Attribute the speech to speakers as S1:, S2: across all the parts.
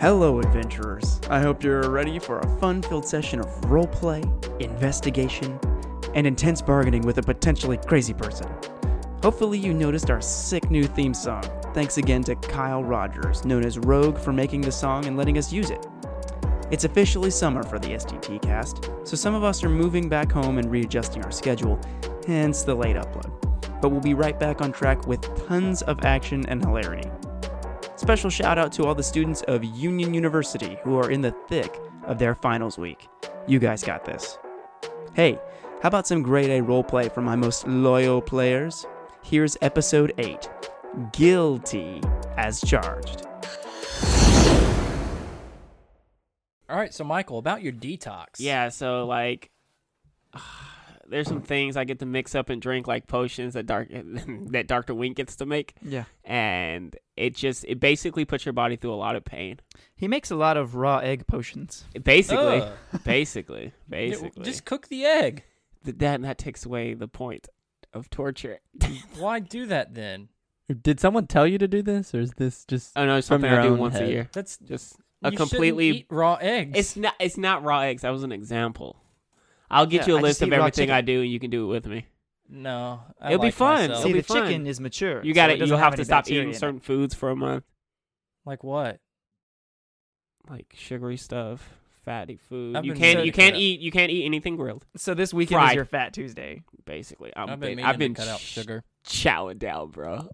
S1: Hello, adventurers. I hope you're ready for a fun filled session of roleplay, investigation, and intense bargaining with a potentially crazy person. Hopefully, you noticed our sick new theme song. Thanks again to Kyle Rogers, known as Rogue, for making the song and letting us use it. It's officially summer for the STT cast, so some of us are moving back home and readjusting our schedule, hence the late upload. But we'll be right back on track with tons of action and hilarity. Special shout out to all the students of Union University who are in the thick of their finals week. You guys got this. Hey, how about some grade A roleplay from my most loyal players? Here's episode 8 Guilty as Charged.
S2: All right, so Michael, about your detox.
S3: Yeah, so like there's some things I get to mix up and drink like potions that dark that Dr. Wink gets to make
S1: Yeah.
S3: and it just it basically puts your body through a lot of pain.
S4: He makes a lot of raw egg potions.
S3: Basically,
S2: Ugh.
S3: basically,
S2: Yeah,
S3: basically.
S2: just cook the egg.
S3: Th- that that takes away the point of torture.
S2: Why do that then?
S5: Did someone tell you to do this, or is this just?
S3: Oh no, it's something
S5: your
S3: I do
S5: own
S3: once
S5: head.
S3: a year.
S2: That's
S3: Just
S2: you
S3: a
S2: shouldn't
S3: completely
S2: eat raw eggs.
S3: It's not it's not raw eggs. That was an example. I'll get
S4: Yeah,
S3: you
S4: I
S3: a
S4: just
S3: list of
S4: eat raw
S3: everything
S4: chicken.
S3: I do and you can do it with me.
S2: no. I
S3: It'll be
S2: like
S3: fun.
S2: myself.
S3: It'll
S4: See,
S3: be
S4: the
S3: fine.
S4: chicken is mature.
S3: You
S4: got
S3: got
S4: to
S3: to You'll have to stop eating certain foods for a month,
S2: Like what?
S3: like sugary stuff, fatty food.
S2: I've
S3: you
S2: been
S3: can't
S2: meaning
S3: you
S2: to
S3: can't
S2: cut out-
S3: eat you can't eat anything grilled.
S4: So this weekend
S3: Fried.
S4: is your Fat Tuesday.
S3: Basically, I'm
S2: I've been
S3: ba-
S2: meaning
S3: I've been
S2: to cut out
S3: ch-
S2: sugar.
S3: chowing down, bro.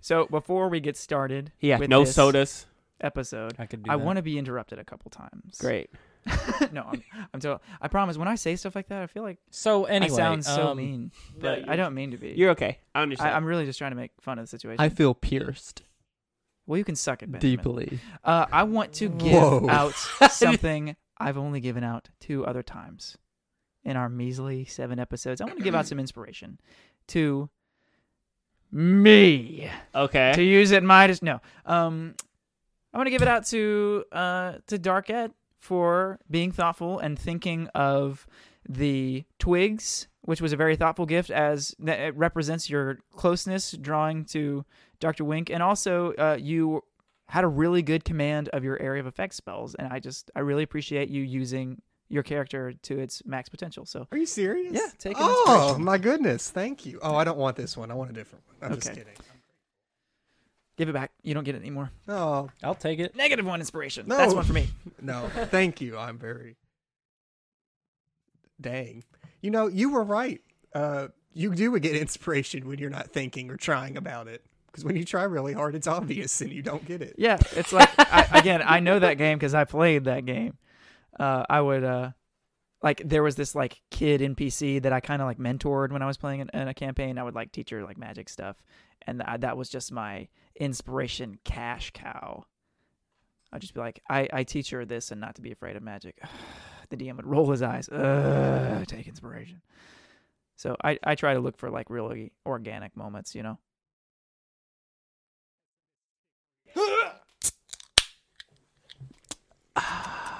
S4: So before we get started,
S3: Yeah,
S4: with
S3: no
S4: this
S3: sodas.
S4: episode.
S2: I could do
S4: I
S2: that.
S4: want to be interrupted a couple times.
S3: Great.
S4: no, I'm, I'm so. I promise. When I say stuff like that, I feel like
S2: So anyway,
S4: I sound so
S2: um,
S4: mean, but
S3: you're-
S4: I don't mean to be.
S3: You're okay. I
S4: I,
S3: understand.
S4: I'm really just trying to make fun of the situation.
S5: I feel pierced
S4: well, you can suck it, Benjamin.
S5: deeply.
S4: Uh, I want to give
S5: Whoa.
S4: out something I've only given out two other times in our measly seven episodes. I want to give out some inspiration to me to
S3: okay.
S4: use it my dis- no. Um, I want to give it out to uh to Dark Ed for being thoughtful and thinking of the twigs, which was a very thoughtful gift as that it represents your closeness drawing to Doctor Wink, and also uh, you had a really good command of your area of effect spells, and I just I really appreciate you using your character to its max potential. So
S6: Are you serious?
S4: Yeah, take an
S6: Oh
S4: inspiration.
S6: my goodness, thank you. Oh, I don't want this one. I want a different one. I'm just
S4: Okay.
S6: kidding.
S4: give it back. You don't get it anymore.
S6: No,
S2: I'll take it.
S4: Negative one inspiration.
S6: No.
S4: That's one for me.
S6: Oh, no, thank you. I'm very dang. You know, you were right. Uh, you do get inspiration when you're not thinking or trying about it. Because when you try really hard, it's obvious and you don't get it.
S4: Yeah, it's like I, again, I know that game because I played that game. Uh, I would uh, like there was this like kid NPC that I kind of like mentored when I was playing in, in a campaign. I would like teach her like magic stuff, and th- that was just my inspiration cash cow. I'd just be like, I, I teach her this and not to be afraid of magic. the DM would roll his eyes. Ugh, take inspiration. So I, I try to look for like really organic moments, you know.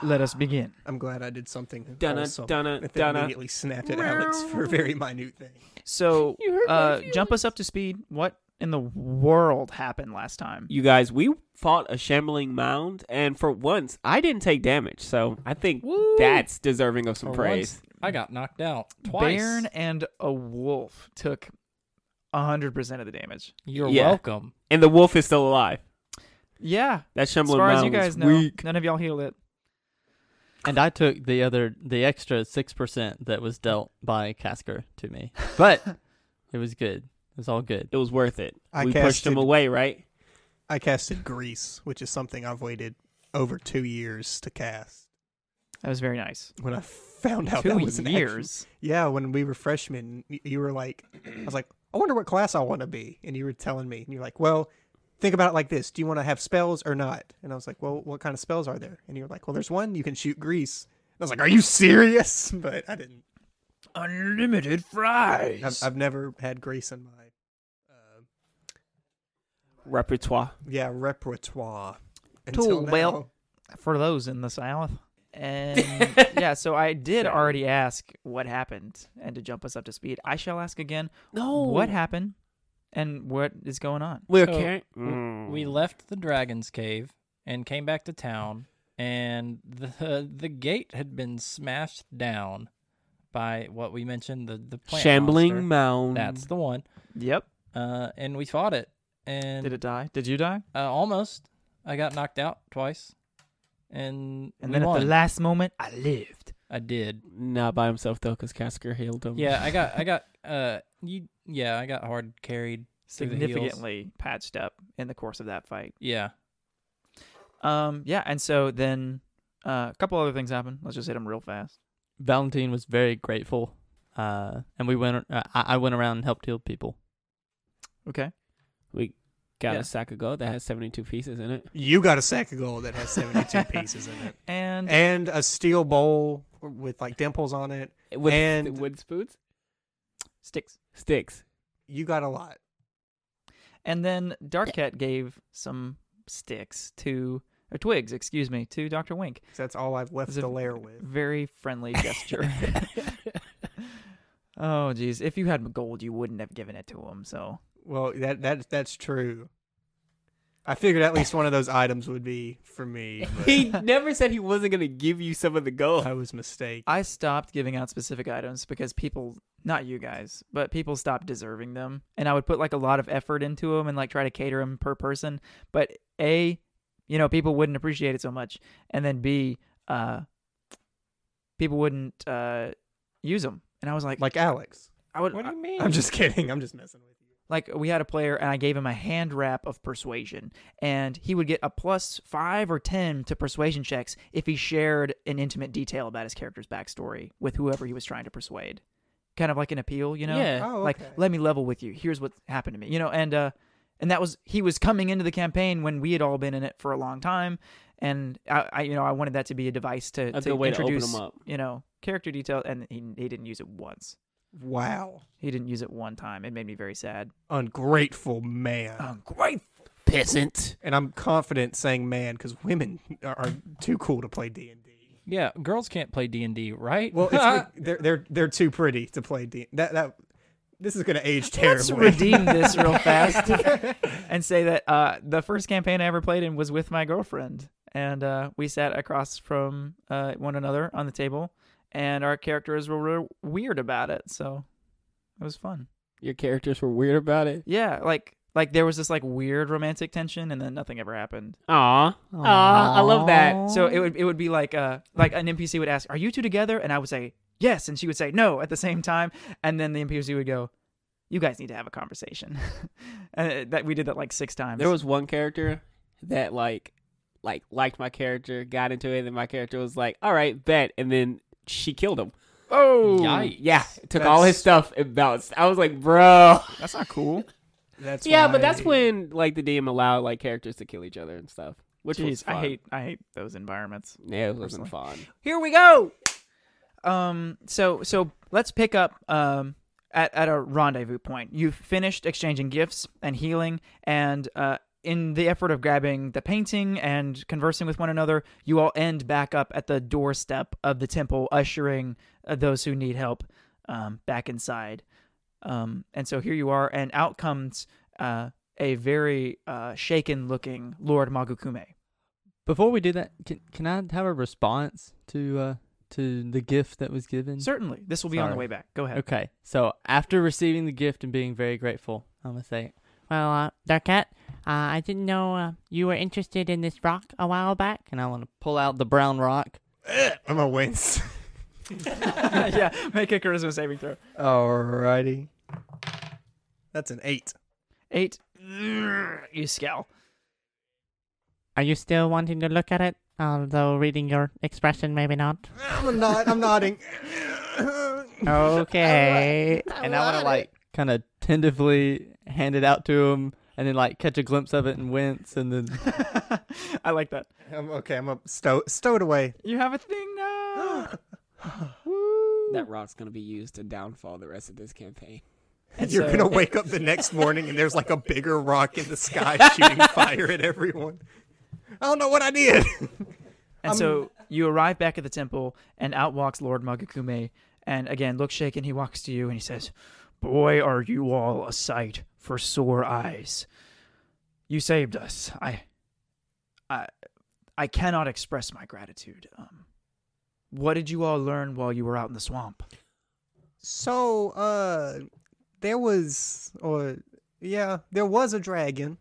S4: Let us begin.
S6: I'm glad I did something.
S3: Dunna,
S6: wholesome.
S3: dunna,
S6: If they
S3: dunna.
S6: immediately snapped at Alex for a very minute thing.
S4: So,
S3: You hurt my
S4: uh, jump us up to speed. What in the world happened last time?
S3: You guys, we fought a shambling mound, and for once, I didn't take damage. So I think
S4: Woo.
S3: that's deserving of some
S2: For
S3: praise.
S2: once, I got knocked out twice.
S4: Bairn and a wolf took 100% of the damage.
S2: You're
S3: Yeah.
S2: welcome.
S3: And the wolf is still alive.
S4: Yeah.
S3: That
S4: As
S3: shambling
S4: far
S3: mound
S4: as you guys
S3: was
S4: know,
S3: weak.
S4: none of y'all healed it.
S5: And I took the other, the extra six percent that was dealt by Casker to me, but it was good. It was all good.
S3: It was worth it.
S6: I
S3: we pushed him
S6: casted-
S3: away, right?
S6: I casted Grease, which is something I've waited over two years to cast.
S4: That was very nice.
S6: When I found out
S4: Two
S6: Oh, that was an action-
S4: years.
S6: Yeah, when we were freshmen, y- you were like, I was like, I wonder what class I want to be. And you were telling me, and you're like, well, think about it like this. Do you want to have spells or not? And I was like, well, what kind of spells are there? And you were like, well, there's one, you can shoot grease. And I was like, are you serious? But I didn't.
S4: Unlimited fries.
S6: I've, I've never had grease in my, uh,
S3: Repertoire.
S6: yeah, repertoire.
S4: Tool
S6: Until now.
S4: belt. for those in the South. And yeah, so I did
S3: Sorry.
S4: already ask what happened. And to jump us up to speed, I shall ask again
S3: No.
S4: what happened and what is going on?
S3: We're
S2: So,
S3: carrying.
S2: Mm.
S4: Hmm.
S2: We left the dragon's cave and came back to town, and the the gate had been smashed down by what we mentioned the the plant
S3: Shambling
S2: monster.
S3: Mound.
S2: That's the one.
S4: Yep.
S2: Uh, and we fought it, and
S4: Did it die? Did you die?
S2: Uh, almost. I got knocked out twice, and
S4: And
S2: we
S4: then at
S2: won.
S4: the last moment, I lived.
S2: I did.
S3: not by himself though, because Casker healed him.
S2: Yeah, I got. I got. Uh, you. Yeah, I got hard carried. Through the heels.
S4: Significantly patched up in the course of that fight.
S2: Yeah.
S4: Um, yeah, and so then uh, a couple other things happen. Let's just hit them real fast.
S5: Valentine was very grateful, uh, and we went. Uh, I I went around and helped heal people.
S4: Okay.
S3: we got
S4: Yeah.
S3: a sack of gold that has seventy two pieces in it.
S6: You got a sack of gold that has 72 pieces in it.
S4: And
S6: And a steel bowl with like dimples on it.
S3: With
S6: And-
S3: wood spoons,
S4: sticks.
S3: sticks.
S6: You got a lot.
S4: And then Dark Cat gave some sticks to or twigs, excuse me, to Doctor Wink.
S6: 'cause That's all I've left
S4: Is it-
S6: to layer with.
S4: Very friendly gesture. oh, geez. If you had gold, you wouldn't have given it to him. So
S6: Well, that that that's true. I figured at least one of those items would be for me. but
S3: he never said he wasn't gonna give you some of the gold.
S6: I was mistaken.
S4: I stopped giving out specific items because people, not you guys, but people stopped deserving them. And I would put like a lot of effort into them and like try to cater them per person. But A, you know, people wouldn't appreciate it so much. And then B, uh, people wouldn't uh, use them. And I was like,
S6: Like Alex.
S4: I would,
S2: you mean?
S6: I'm just kidding. I'm just messing with you.
S4: like we had a player and I gave him a hand wrap of persuasion and he would get a plus 5 or 10 to persuasion checks if he shared an intimate detail about his character's backstory with whoever he was trying to persuade kind of like an appeal you know
S5: Yeah.
S6: Oh,
S4: like
S6: okay.
S4: let me level with you here's what happened to me you know and uh and that was he was coming into the campaign when we had all been in it for a long time and I, I you know I wanted that to be a device to, to
S3: A good way to open
S4: introduce
S3: 'em up.
S4: you know character detail and he, he didn't use it once
S6: Wow.
S4: he didn't use it one time it made me very sad
S6: Ungrateful man.
S4: ungrateful
S3: Peasant.
S6: and I'm confident saying man because women are, are too cool to play D and D.
S2: Yeah, girls can't play D and D, right?
S6: Well, it's like they're they're they're too pretty to play D. That that this is gonna age
S4: Let's
S6: terribly.
S4: redeem this real fast and say that uh, the first campaign I ever played in was with my girlfriend, and uh, we sat across from uh, one another on the table, and our characters were real weird about it, so it was fun.
S3: Your characters were weird about it.
S4: Yeah, like like there was this like weird romantic tension, and then nothing ever happened.
S3: Aw. Aw. I love that.
S4: So it would it would be like uh like an NPC would ask, "Are you two together?" and I would say yes, and she would say no at the same time, and then the NPC would go. You guys need to have a conversation. and uh, that we did that like six times.
S3: There was one character that like like liked my character, got into it, and my character was like, "All right, bet," and then she killed him.
S2: oh,
S3: Yeah, took all his
S6: That's-
S3: stuff and bounced. I was like, "Bro."
S4: That's not cool.
S6: That's
S3: yeah, but
S6: why-
S3: that's when like the DM allowed like characters to kill each other and stuff, which was
S4: Jeez,
S3: fun.
S4: I hate I hate those environments.
S3: Yeah, it wasn't fun.
S4: Here we go. Um so so let's pick up um at, at a rendezvous point. You've finished exchanging gifts and healing and uh in the effort of grabbing the painting and conversing with one another, you all end back up at the doorstep of the temple ushering uh, those who need help um back inside. Um and so here you are and out comes uh a very uh, shaken looking Lord Magukume.
S5: Before we do that, can can I have a response to uh to the gift that was given?
S4: Certainly. This will be on the
S5: Sorry.
S4: way back. Go ahead.
S5: Okay. So after receiving the gift and being very grateful, I'm gonna say, "Well, uh, Darkette, uh, I didn't know uh, you were interested in this rock a while back, and I want to pull out the brown rock."
S6: I'm a wince.
S4: yeah, make a charisma saving throw.
S6: Alrighty. That's an eight.
S4: Eight. You scowl.
S5: Are you still wanting to look at it? Although reading your expression, maybe not.
S6: I'm not. I'm nodding. Oh,
S3: Oh,
S5: Okay. and I want to like kind of tentatively hand it out to him, and then like catch a glimpse of it and wince, and then
S4: I like that.
S6: I'm okay. I'm up. Stow, stowed away.
S4: You have a thing uh, now.
S3: That rock's gonna be used to downfall the rest of this campaign.
S4: And
S6: You're
S4: so-
S6: gonna wake up the next morning and there's like a bigger rock in the sky shooting fire at everyone. I don't know what I did.
S4: And
S6: Um,
S4: so you arrive back at the temple, and out walks Lord Magakume. And again, look shaken, he walks to you and he says, Boy, are you all a sight for sore eyes. You saved us. I. I. I cannot express my gratitude. Um, what did you all learn while you were out in the swamp?
S6: So, uh, there was, or yeah, there was a dragon,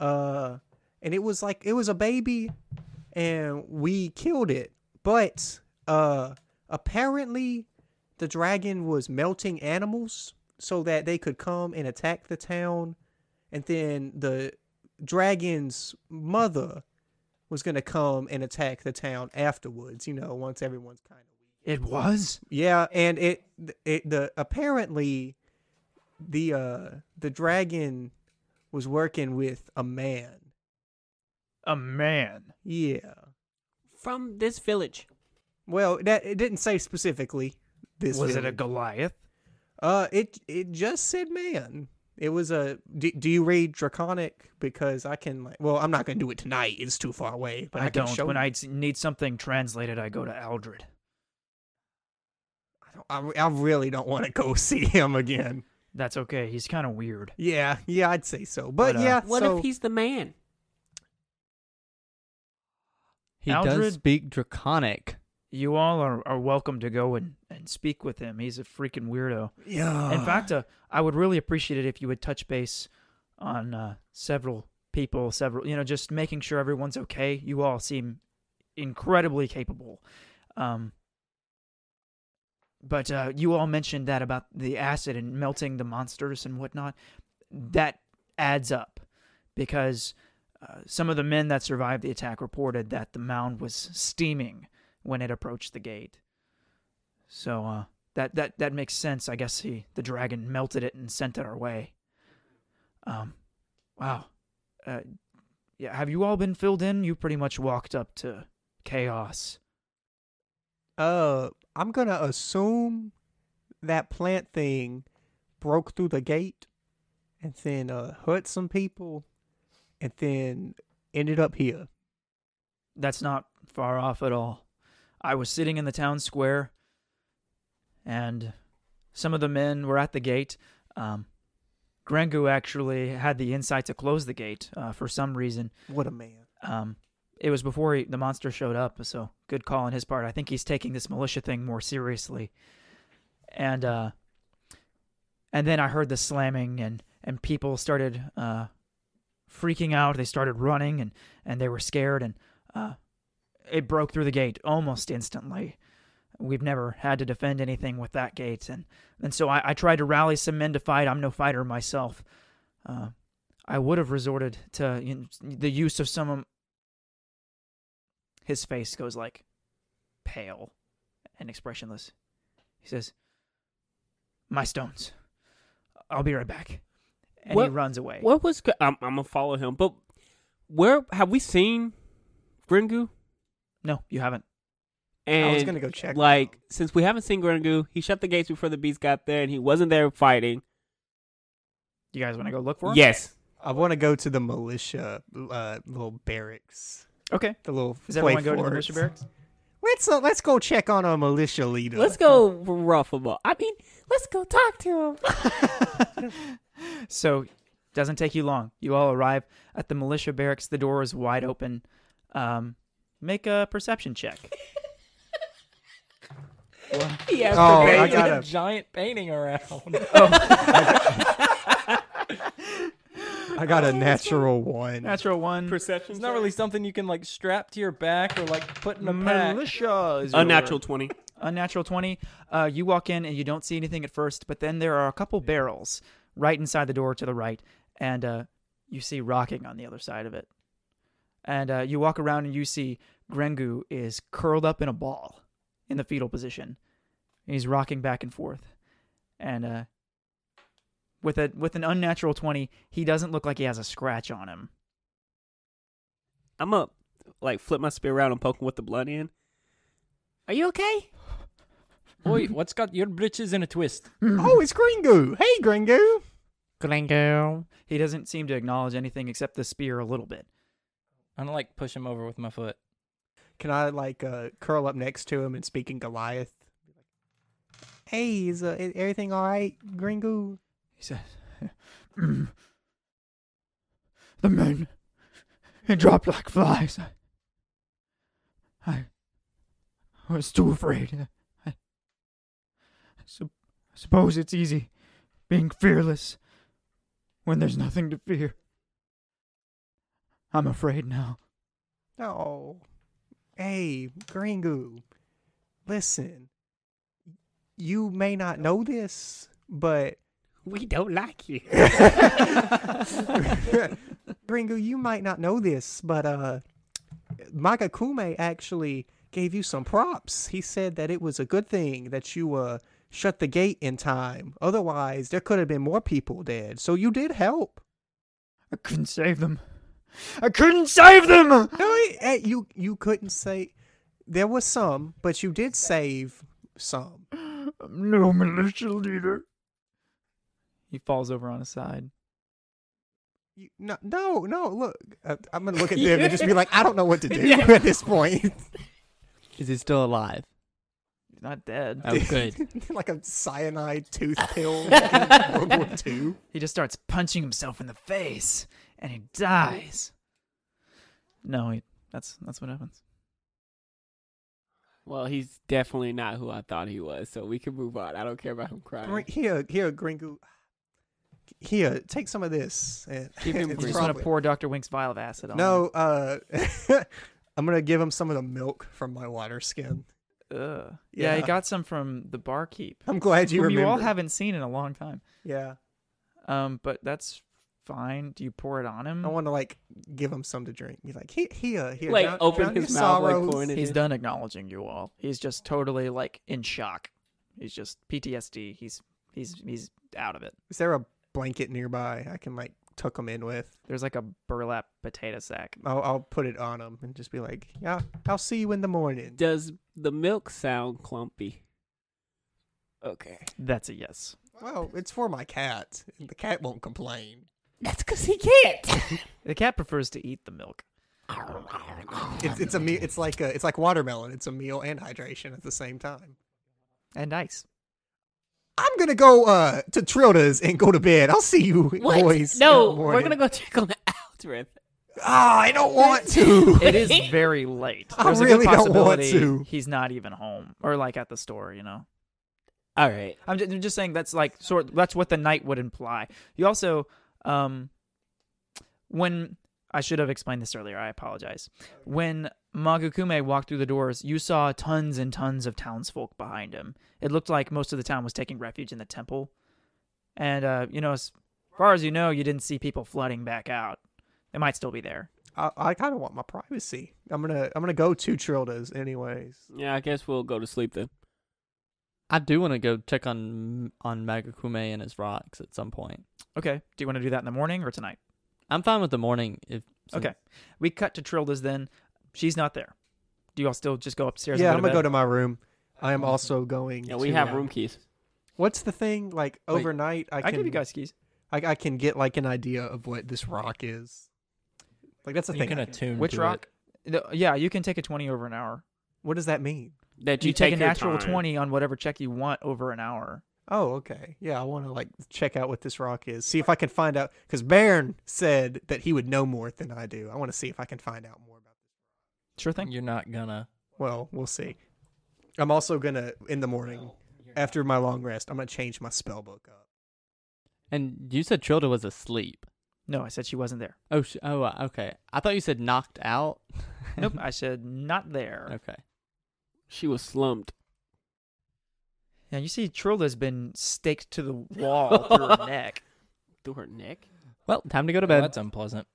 S6: uh, and it was like it was a baby, and we killed it. But uh, apparently, the dragon was melting animals so that they could come and attack the town, and then the dragon's mother was gonna come and attack the town afterwards. You know, once everyone's kind of.
S4: It was.
S6: Yeah, and it it the apparently the uh the dragon was working with a man.
S4: A man.
S6: Yeah.
S3: From this village.
S6: Well, that it didn't say specifically this
S4: was it a
S6: village.
S4: Goliath?
S6: Uh it it just said man. It was a do, do you read draconic because I can like well, I'm not going to do it tonight. It's too far away, but I,
S4: I,
S6: can
S4: don't.
S6: show
S4: When
S6: you.
S4: I s- need something translated, I go to Aldred.
S6: I don't- I, I really don't want to go see him again.
S4: That's okay. He's kind of weird.
S6: Yeah, yeah, I'd say so. But,
S4: But, uh,
S6: yeah,
S3: What
S6: so,
S3: if he's the man?
S5: He
S4: Aldred-
S5: does speak draconic.
S4: You all are, are welcome to go and, and speak with him. He's a freaking weirdo.
S6: yeah.
S4: In fact, uh, I would really appreciate it if you would touch base on uh, several people, several, you know, just making sure everyone's okay. You all seem incredibly capable. Um, but uh, you all mentioned that about the acid and melting the monsters and whatnot. That adds up because uh, some of the men that survived the attack reported that the mound was steaming when it approached the gate. So, uh, that that that makes sense. I guess he the dragon melted it and sent it our way. Um, wow. Uh, yeah. Have you all been filled in? You pretty much walked up to chaos.
S6: Uh, I'm gonna assume that plant thing broke through the gate and then uh hurt some people and then ended up here.
S4: That's not far off at all. I was sitting in the town square, and some of the men were at the gate. Um, Grengu actually had the insight to close the gate uh, for some reason.
S6: What a man.
S4: Um, it was before he, the monster showed up, so good call on his part. I think he's taking this militia thing more seriously. And uh, and then I heard the slamming, and and people started uh, freaking out. They started running, and and they were scared, and uh, it broke through the gate almost instantly. We've never had to defend anything with that gate, and and so I, I tried to rally some men to fight. I'm no fighter myself. Uh, I would have resorted to you know, the use of some. His face goes like pale and expressionless. He says, "My stones. I'll be right back." And he
S3: What-
S4: runs away.
S3: What was? go- I'm, I'm gonna follow him, but where have we seen Gringu?
S4: No, you haven't.
S3: And
S6: I was gonna go check.
S3: like since we haven't seen Gringu, he shut the gates before the beast got there, and he wasn't there fighting.
S4: You guys want to go look for him?
S3: Yes,
S6: I want to go to the militia uh little barracks.
S4: Okay.
S6: The little
S4: Does everyone go
S6: play
S4: to the
S6: forts.
S4: militia barracks?
S6: Let's uh, let's go check on our militia leader.
S3: let's go rough him up. I mean, let's go talk to him.
S4: so doesn't take you long. You all arrive at the militia barracks. The door is wide open. Um, make a perception check.
S2: He has
S6: Oh,
S2: to
S6: I
S2: paint
S6: gotta-
S2: a giant painting around.
S6: I got a natural one.
S4: Natural one.
S3: Perception's
S2: Mm-hmm. It's not really something you can like strap to your back or like put in a pack.
S4: militia is your
S3: unnatural twenty.
S4: unnatural 20 uh, you walk in and you don't see anything at first but then there are a couple barrels right inside the door to the right and uh, you see rocking on the other side of it and uh, you walk around and you see grengu is curled up in a ball in the fetal position he's rocking back and forth and uh, with a with an unnatural 20 he doesn't look like he has a scratch on him
S3: I'm up. Like flip my spear around and poke him with the blood in. Are you okay?
S2: Oi, what's got your britches in a twist?
S6: Oh, it's Gringo. Hey, Gringo.
S5: Gringo.
S4: he doesn't seem to acknowledge anything except the spear a little bit
S2: I'm gonna like push him over with my foot.
S6: Can I like uh, curl up next to him and speak in Goliath? Hey, is uh, e- everything all right, Gringo?
S4: He says, The men, it dropped like flies. I, I was too afraid. I, I sup- I suppose it's easy being fearless when there's nothing to fear. I'm afraid now.
S6: No. Hey, Gringu, listen. You may not know this, but
S3: We don't like you.
S6: Gringu, you might not know this, but uh, Magakume actually gave you some props. He said that it was a good thing that you uh shut the gate in time. Otherwise, there could have been more people dead. So you did help.
S4: I couldn't save them. I couldn't save them!
S6: No, it- eh, you you couldn't say there was some, but you did save some.
S4: I'm no militia leader. He falls over on his side.
S6: You, no, no, no. Look, uh, I'm gonna look at them and just be like, I don't know what to do at this point.
S5: Is he still alive?
S4: He's not dead.
S2: Oh, good.
S6: like a cyanide tooth pill in World War II.
S4: He just starts punching himself in the face and he dies. No, he, that's that's what happens.
S3: well, he's definitely not who I thought he was, so we can move on. I don't care about him
S6: Gr-
S3: crying.
S6: Here, here, Gringo. Here, take some of this. And
S3: Keep him
S6: it's
S4: You just want
S6: probably-
S4: to pour Dr. Wink's vial of acid on
S6: No, uh, I'm gonna give him some of the milk from my water skin.
S4: him. Ugh. Yeah, he
S6: Yeah.
S4: got some from the barkeep.
S6: I'm glad you
S4: whom
S6: remember.
S4: you all haven't seen in a long time.
S6: yeah,
S4: Um, but that's fine. Do you pour it on him?
S6: I want to like give him some to drink. Be like, here, here, here.
S3: Like,
S6: drown-
S3: open
S6: drown
S3: his
S6: your
S3: mouth, like,
S6: sorrows."
S3: pouring it-
S4: He's done acknowledging you all. He's just totally like in shock. He's just PTSD. He's he's he's out of it.
S6: Is there a blanket nearby I can like tuck him in with?
S4: There's like a burlap potato sack.
S6: I'll, I'll put it on him and just be like, yeah, I'll see you in the morning.
S3: Does the milk sound clumpy? Okay.
S4: That's a yes.
S6: Well, it's for my cat. The cat won't complain.
S3: That's because he can't.
S4: The cat prefers to eat the milk.
S6: It's, it's a meal. It's like a, it's like watermelon. It's a meal and hydration at the same time.
S4: And ice.
S6: I'm gonna go uh, to Trilda's and go to bed. I'll see you,
S3: What?
S6: boys.
S3: no, we're gonna go check on Aldrith.
S6: Ah, I don't want to.
S4: It is very late.
S6: I
S4: There's a
S6: really
S4: good
S6: don't want
S4: possibility
S6: to.
S4: He's not even home or like at the store, you know.
S3: All right.
S4: I'm just, am just saying that's like sort that's what the night would imply. You also um when I should have explained this earlier, I apologize. When Magukume walked through the doors, you saw tons and tons of townsfolk behind him. It looked like most of the town was taking refuge in the temple. And uh, you know, as far as you know, you didn't see people flooding back out. They might still be there.
S6: I, I kind of want my privacy. I'm gonna I'm gonna go to Trilda's anyways.
S3: Yeah, I guess we'll go to sleep then.
S5: I do want to go check on on Magakume and his rocks at some point.
S4: Okay. Do you want to do that in the morning or tonight?
S5: I'm fine with the morning if
S4: Okay. We cut to Trilda's then. She's not there. Do you all still just go upstairs?
S6: yeah,
S4: and
S6: I'm gonna
S4: bed?
S6: go to my room. I am also going.
S3: Yeah, we
S6: to-
S3: have room keys.
S6: What's the thing like
S4: Wait,
S6: overnight? I
S4: I
S6: can
S4: give you guys keys.
S6: I, I can get like an idea of what this rock is. Like that's the
S2: You
S6: thing.
S2: can
S6: I can-
S2: attune.
S4: Which
S2: to
S4: rock?
S2: It.
S4: The- yeah, you can take a 20 over an hour.
S6: What does that mean?
S3: That
S4: You, take, a
S3: your
S4: natural
S3: time.
S4: 20 on whatever check you want over an hour.
S6: Oh, okay. Yeah, I want to like check out what this rock is. See if I can find out because Baron said that he would know more than I do. I want to see if I can find out more about.
S4: Sure thing.
S2: You're not gonna.
S6: Well, we'll see. I'm also gonna in the morning after my long rest. I'm gonna change my spell book up.
S5: And you said Trilda was asleep.
S4: No, I said she wasn't there.
S5: Oh, sh- oh, uh, okay. I thought you said knocked out.
S4: Nope, I said not there.
S5: okay.
S3: She was slumped.
S4: Yeah, you see Trilda's been staked to the wall through her neck.
S3: Through her neck?
S5: Well, time to go to
S2: Well,
S5: bed.
S2: Oh, that's unpleasant.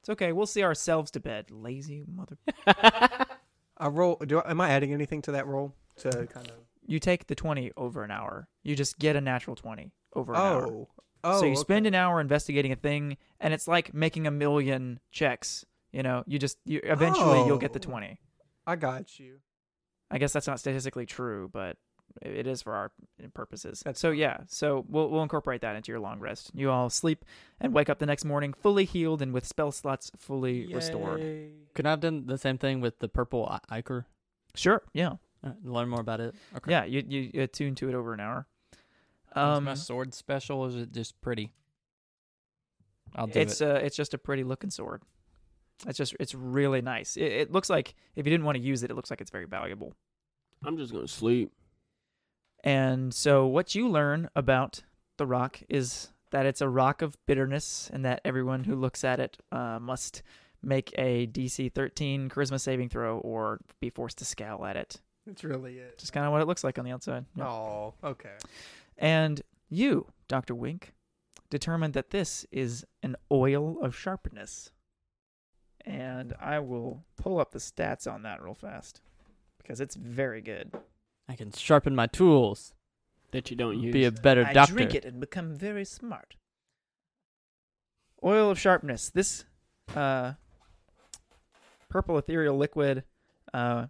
S4: It's okay. We'll see ourselves to bed. Lazy mother.
S6: I roll. Do I, am I adding anything to that roll to kind of?
S4: You take the 20 over an hour. You just get a natural 20 over an hour.
S6: Oh, oh.
S4: so you
S6: okay.
S4: spend an hour investigating a thing, and it's like making a million checks. You know, you just you eventually you'll get the
S6: Oh.
S4: 20.
S6: I got you.
S4: I guess that's not statistically true, but i- it is for our uh, purposes.
S6: That's
S4: so yeah, so we'll we'll incorporate that into your long rest. You all sleep and wake up the next morning fully healed and with spell slots fully restored.
S5: Could I have done the same thing with the purple I- Iker?
S4: Sure. Yeah.
S5: Uh, learn more about it. Okay.
S4: Yeah, you you you attune to it over an hour.
S2: is
S4: Um
S2: my sword special? Or is it just pretty? I'll do
S4: it's
S2: it.
S4: uh it's just a pretty looking sword. It's just it's really nice. It, it looks like if you didn't want to use it, it looks like it's very valuable.
S3: I'm just gonna sleep.
S4: And so what you learn about the rock is that it's a rock of bitterness, and that everyone who looks at it uh, must make a DC 13 charisma saving throw or be forced to scowl at it.
S6: That's really it.
S4: Just kind of what it looks like on the outside. Yeah.
S6: Oh, okay.
S4: And you, Dr. Wink, determined that this is an oil of sharpness. And I will pull up the stats on that real fast because it's very good.
S5: I can sharpen my tools,
S3: That you don't use.
S5: be a better
S4: I
S5: doctor.
S4: drink it and become very smart. Oil of sharpness. This uh, purple ethereal liquid uh,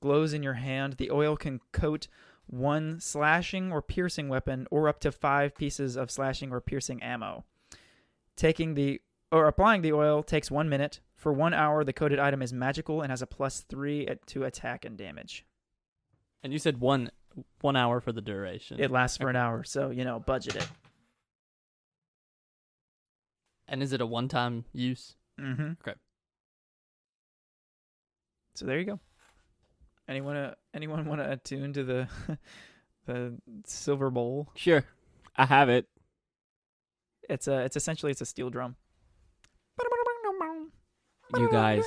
S4: glows in your hand. The oil can coat one slashing or piercing weapon or up to five pieces of slashing or piercing ammo. Taking the or applying the oil takes one minute. For one hour, the coated item is magical and has a plus three at- to attack and damage.
S5: And you said one one hour for the duration.
S4: It lasts for an hour, so you know, budget it.
S5: and is it a one time use?
S4: Mm-hmm.
S5: Okay.
S4: So there you go. Anyone uh, anyone want to attune to the the silver bowl?
S3: sure. I have it.
S4: It's a it's essentially it's a steel drum.
S3: You guys.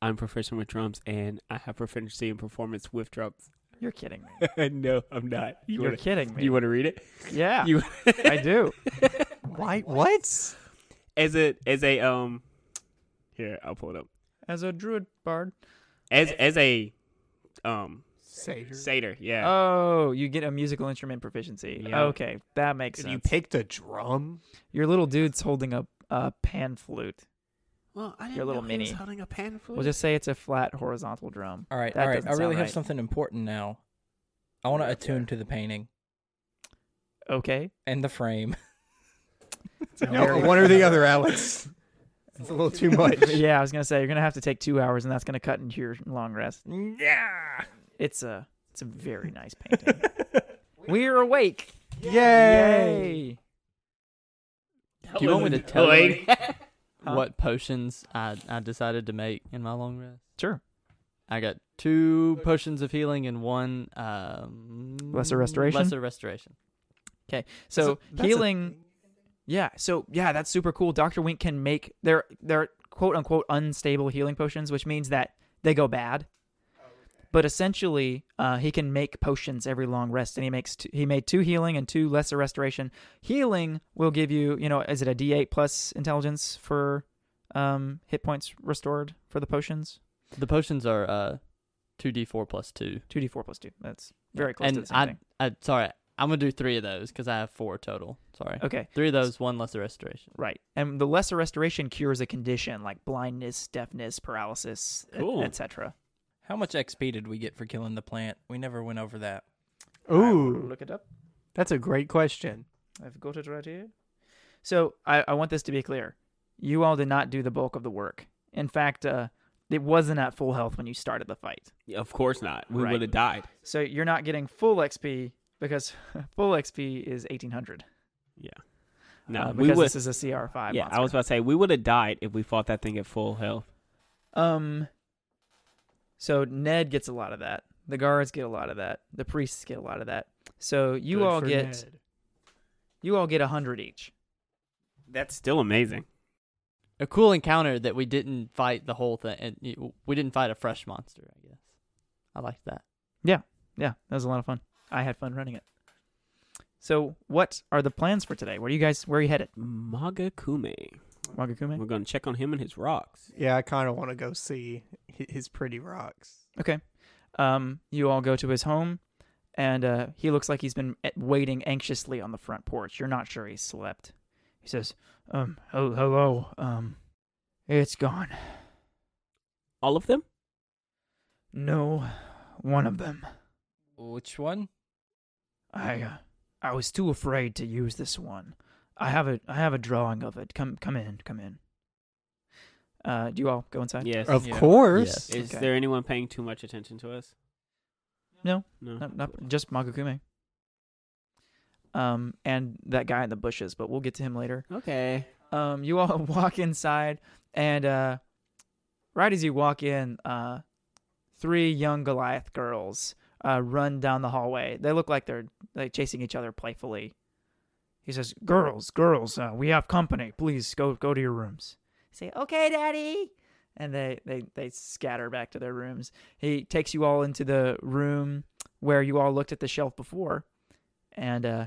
S3: I'm proficient with drums, and I have proficiency in performance with drums.
S4: You're kidding me.
S3: no, I'm not. You
S4: You're
S3: wanna,
S4: kidding me.
S3: you want to read it?
S4: yeah,
S3: You.
S4: I do.
S6: Why? What?
S3: as a as a um. Here, I'll pull it up.
S4: As a druid bard.
S3: As as a um
S6: Savior.
S3: satyr, yeah.
S4: Oh, you get a musical instrument proficiency.
S3: Yeah.
S4: Okay, that makes
S6: Did
S4: sense.
S6: you pick the drum?
S4: Your little dude's holding a, a pan flute.
S3: well, I didn't
S4: your little
S3: know he was
S4: mini.
S3: holding a pan flute.
S4: We'll just say it's a flat horizontal drum.
S2: All right,
S4: That
S2: all right.
S4: doesn't
S2: I
S4: sound
S2: really have
S4: right.
S2: something important now. I want to
S4: Yeah,
S2: attune
S4: yeah.
S2: to the painting
S4: Okay.
S2: and the frame.
S6: No, one or the other, Alex. It's a little too much.
S4: yeah, I was gonna say you're gonna have to take two hours, and that's gonna cut into your long rest.
S2: yeah.
S4: It's a it's a very nice painting. We're awake.
S6: Yay!
S4: Yay!
S5: Do you want me to tell you
S3: Wait.
S4: Huh?
S5: what potions I, I decided to make in my long rest?
S4: Sure.
S5: I got two potions of healing and one um,
S4: Lesser restoration?
S5: Lesser restoration.
S4: So
S6: That's a-
S4: healing. Yeah. So yeah, that's super cool. Doctor Wink can make their their quote unquote unstable healing potions, which means that they go bad. But essentially, uh, he can make potions every long rest, and he makes t- he made two healing and two lesser restoration. Healing will give you, you know, is it a D eight plus intelligence for um, hit points restored for the potions?
S5: The potions are uh, two d four plus two.
S4: Two D four plus two. That's very close
S5: and
S4: to the same
S5: I,
S4: thing.
S5: I, sorry, I'm gonna do three of those because I have four total. Sorry,
S4: Okay.
S5: three of those, one lesser restoration.
S4: Right. And the lesser restoration cures a condition like blindness, deafness, paralysis, e-, et-
S3: Cool.
S4: etc.
S2: How much XP did we get for killing the plant? We never went over that.
S6: Ooh,
S4: Look it up.
S6: that's a great question.
S4: I've got it right here. So I, I want this to be clear. You all did not do the bulk of the work. In fact, uh, it wasn't at full health when you started the fight.
S3: Of course not. We
S4: Right.
S3: would have died.
S4: So you're not getting full XP because full XP is 1800.
S3: Yeah. No,
S4: uh,
S3: we
S4: because
S3: would.
S4: this is a CR5
S3: Yeah,
S4: monster.
S3: I was about to say we would have died if we fought that thing at full health.
S4: Um. So Ned gets a lot of that. The guards get a lot of that. The priests get a lot of that. So you
S6: Good
S4: all
S6: for
S4: get
S6: Ned.
S4: you all get a hundred each.
S3: That's still amazing.
S5: A cool encounter that we didn't fight the whole thing, and you- we didn't fight a fresh monster. I guess I like that.
S4: Yeah, that was a lot of fun. I had fun running it. So what are the plans for today? Where are you guys? Where are you headed,
S3: Maga Kume.
S4: Wagakume?
S3: We're gonna check on him and his rocks.
S6: Yeah, I kind of want to go see hi- his pretty rocks.
S4: Okay. Um, you all go to his home, and uh, he looks like he's been a- waiting anxiously on the front porch. You're not sure he slept. He says, "Um, hel- hello. Um, it's gone.
S3: All of them?
S4: No, one of them."
S2: Which one?
S4: I uh, I was too afraid to use this one. I have a I have a drawing of it. Come come in, come in. Uh, do you all go inside?
S3: Yes.
S6: Of
S2: Yeah.
S6: course.
S3: Is
S4: Okay.
S3: there anyone paying too much attention to us?
S4: No.
S3: No.
S4: Not, not just Magukume. Um, and that guy in the bushes, but we'll get to him later.
S3: Okay.
S4: um, you all walk inside, and uh, right as you walk in, uh, three young Goliath girls uh, run down the hallway. They look like they're like chasing each other playfully. He says, "Girls, girls, uh, we have company. Please go go to your rooms." Say, "Okay, Daddy." And they, they, they scatter back to their rooms. He takes you all into the room where you all looked at the shelf before. And uh,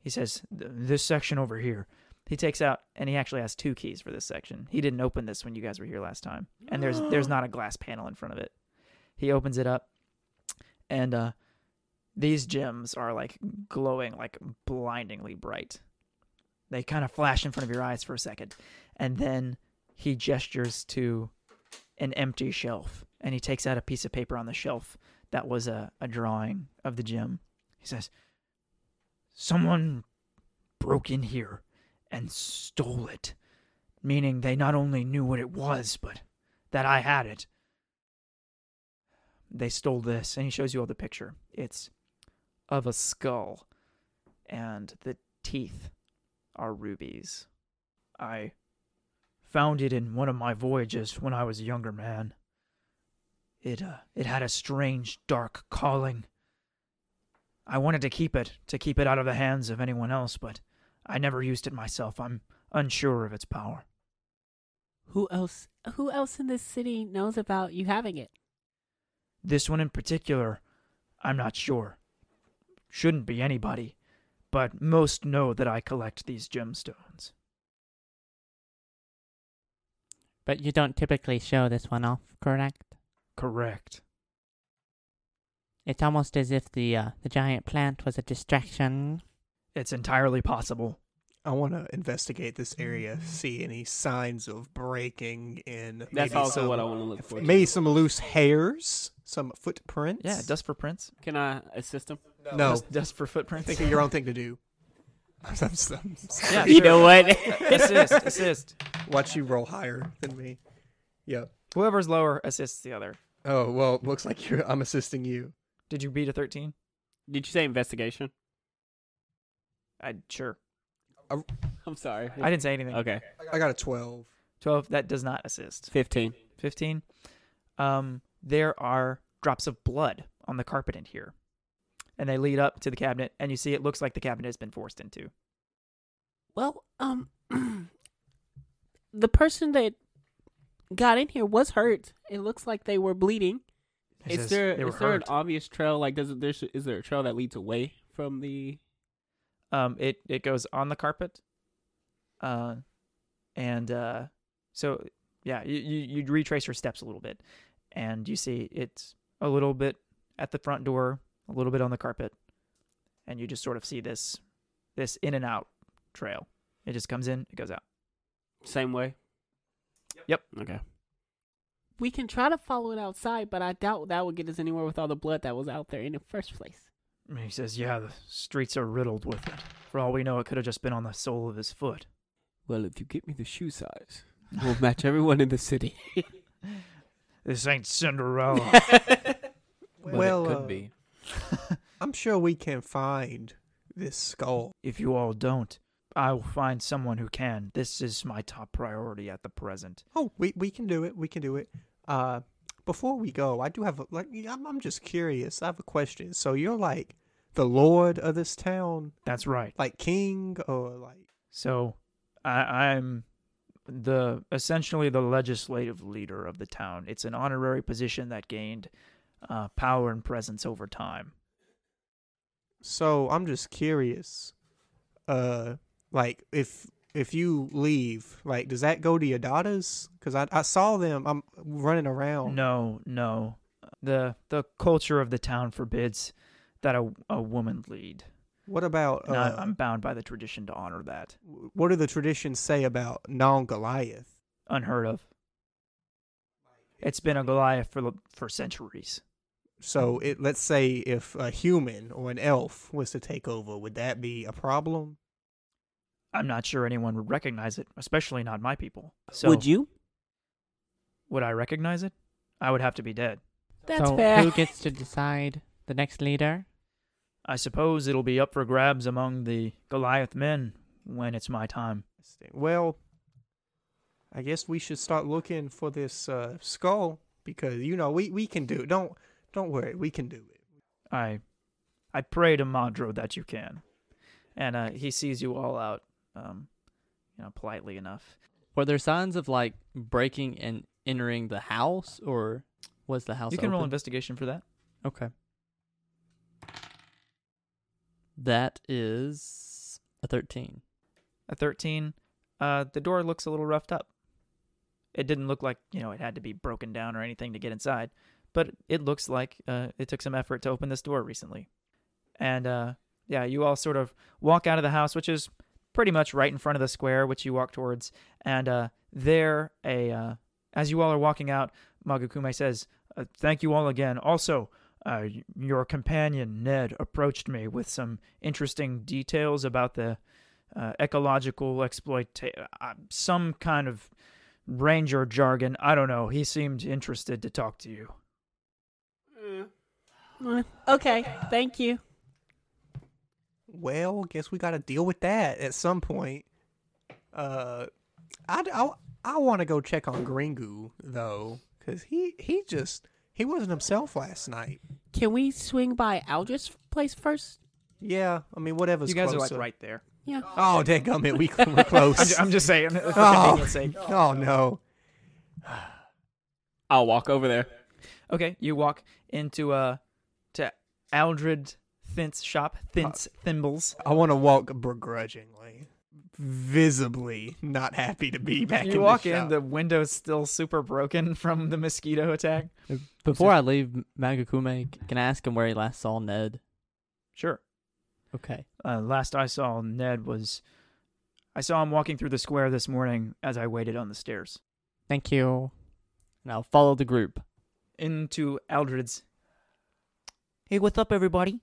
S4: he says, "Th- This section over here. He takes out, and he actually has two keys for this section. He didn't open this when you guys were here last time. And there's there's not a glass panel in front of it. He opens it up, and uh, these gems are like glowing, like blindingly bright. They kind of flash in front of your eyes for a second. And then he gestures to an empty shelf, and he takes out a piece of paper on the shelf that was a, a drawing of the gym. He says, Someone broke in here and stole it, meaning they not only knew what it was, but that I had it. They stole this, and he shows you all the picture. It's of a skull, and the teeth are rubies. I found it in one of my voyages when I was a younger man. It uh, it had a strange, dark calling. I wanted to keep it, to keep it out of the hands of anyone else, but I never used it myself. I'm unsure of its power.
S7: Who else? Who else in this city knows about you having it?
S4: This one in particular, I'm not sure. Shouldn't be anybody, but most know that I collect these gemstones.
S5: But you don't typically show this one off, correct?
S4: Correct.
S5: It's almost as if the uh, the giant plant was a distraction.
S4: It's entirely possible.
S6: I want to investigate this area, see any signs of breaking in.
S3: That's
S6: maybe
S3: also
S6: some-
S3: what I want to look for.
S6: Maybe some loose hairs, some footprints.
S4: Yeah, dust for prints.
S3: Can I assist him?
S6: No,
S4: Dust, dust for footprints.
S6: think of your own thing to do. I'm, I'm- I'm sorry.
S4: Yeah,
S3: You
S4: sure.
S3: know what?
S4: assist, assist.
S6: Watch you roll higher than me. Yep.
S4: Whoever's lower assists the other.
S6: Oh well, looks like you're. I'm assisting you.
S4: Did you beat a 13?
S3: Did you say investigation?
S4: I sure.
S3: I'm sorry.
S4: I didn't say anything.
S3: Okay.
S6: I got a twelve.
S4: 12 that does not assist.
S3: 15.
S4: 15 um there are drops of blood on the carpet in here and they lead up to the cabinet and you see it looks like the cabinet has been forced into
S7: Well, um, the person that got in here was hurt. It looks like they were bleeding.
S4: It
S3: Is
S4: says
S3: there
S4: they were
S3: is there an
S4: hurt.
S3: obvious trail? Like, does it, there's, is there a trail that leads away from the?
S4: um it it goes on the carpet uh and uh so yeah you you, you retrace your steps a little bit and you see it's a little bit at the front door a little bit on the carpet and you just sort of see this this in and out trail it just comes in it goes out
S3: Same way.
S4: Yep.
S3: Okay.
S7: We can try to follow it outside, but I doubt that would get us anywhere with all the blood that was out there in the first place.
S4: And he says, Yeah, the streets are riddled with it. For all we know, it could have just been on the sole of his foot.
S3: Well, if you get me the shoe size, we'll match everyone in the city.
S4: This ain't Cinderella.
S2: But
S6: well,
S2: it could
S6: uh,
S2: be.
S6: I'm sure we can find this skull.
S4: if you all don't, I will find someone who can. This is my top priority at the present.
S6: Oh, we we can do it. We can do it. Uh, before we go, I do have a, like I'm, I'm just curious. I have a question. So you're like the lord of this town,
S4: That's right.
S6: like king or like
S4: So I, I'm the essentially the legislative leader of the town. It's an honorary position that gained uh, power and presence over time.
S6: So I'm just curious, uh, like if if you leave, like does that go to your daughters? Because I I saw them. I'm running around.
S4: No, no. The the culture of the town forbids that a, a woman lead.
S6: What about? Uh,
S4: and I, I'm bound by the tradition to honor that.
S6: what do the traditions say about non Goliath?
S4: Unheard of. It's been a Goliath for for centuries.
S6: So it let's say if a human or an elf was to take over, would that be a problem?
S4: I'm not sure anyone would recognize it, especially not my people. So
S3: Would you?
S4: Would I recognize it? I would have to be dead.
S7: That's
S5: so
S7: fair.
S5: who gets to decide the next leader?
S4: I suppose it'll be up for grabs among the Goliath men when it's my time.
S6: Well, I guess we should start looking for this uh, skull because you know we we can do it. Don't don't worry, we can do it.
S4: I, I pray to Madro that you can. And uh, he sees you all out, um, you know, politely enough.
S5: Were there signs of like breaking and entering the house, or was the house?
S4: you can roll
S5: open?
S4: investigation for that.
S5: Okay. That is a thirteen.
S4: A thirteen. Uh, the door looks a little roughed up. It didn't look like you know it had to be broken down or anything to get inside, but it looks like uh, it took some effort to open this door recently. And uh, yeah, you all sort of walk out of the house, which is pretty much right in front of the square, which you walk towards. And uh, there, a uh, as you all are walking out, Magukume says, uh, "Thank you all again." Also. Uh, y- your companion Ned approached me with some interesting details about the uh, ecological exploitation, uh, some kind of ranger jargon. I don't know. He seemed interested to talk to you.
S7: Mm, Okay, thank you.
S6: Well, guess we got to deal with that at some point. Uh, I I, I want to go check on Gringu though, cause he he just he wasn't himself last night.
S7: Can we swing by Aldra's place first?
S6: Yeah, I mean whatever's
S4: you guys are like
S6: closer.
S4: right there.
S7: Yeah.
S6: Oh, dang gummit, we we're close.
S4: I'm, ju- I'm just saying. for convenience
S6: oh,
S4: sake.
S6: oh no.
S3: I'll walk over there.
S4: Okay, you walk into uh to Aldred Thint's shop, Thint's Thimbles.
S6: I want to walk begrudgingly, visibly not happy to be back.
S4: You
S6: in
S4: walk
S6: the
S4: in,
S6: shop.
S4: the window's still super broken from the mosquito attack.
S5: Before I leave Magakume, c- can I ask him where he last saw Ned?
S4: Sure.
S5: Okay.
S4: Uh, last I saw Ned was, I saw him walking through the square this morning as I waited on the stairs.
S5: Thank you. And I'll follow the group.
S4: into Aldred's.
S8: Hey, what's up, everybody?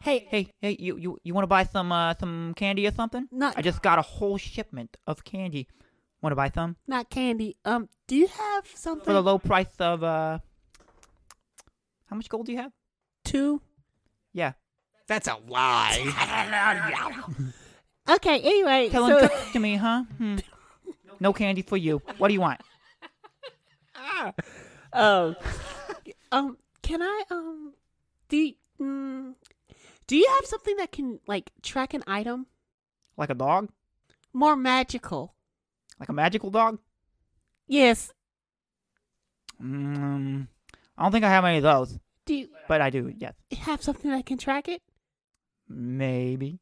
S7: Hey,
S8: Hey, hey, you you, you want to buy some uh, some candy or something?
S7: not
S8: I just got a whole shipment of candy. Want to buy some
S7: not candy. Um, do you have something?
S8: for the low price of uh? How much gold do you have?
S7: two.
S8: Yeah,
S6: That's a lie.
S7: Okay. Anyway,
S8: telling
S7: so
S8: tricks to me, huh? Hmm. No candy for you. What do you want?
S7: um, um, can I um, do you, mm, do you have something that can like track an item
S8: Like a dog?
S7: more magical?
S8: Like a magical dog?
S7: Yes.
S8: Mm, I don't think I have any of those,
S7: Do you
S8: but I do. Yes,
S7: have something that can track it?
S8: maybe.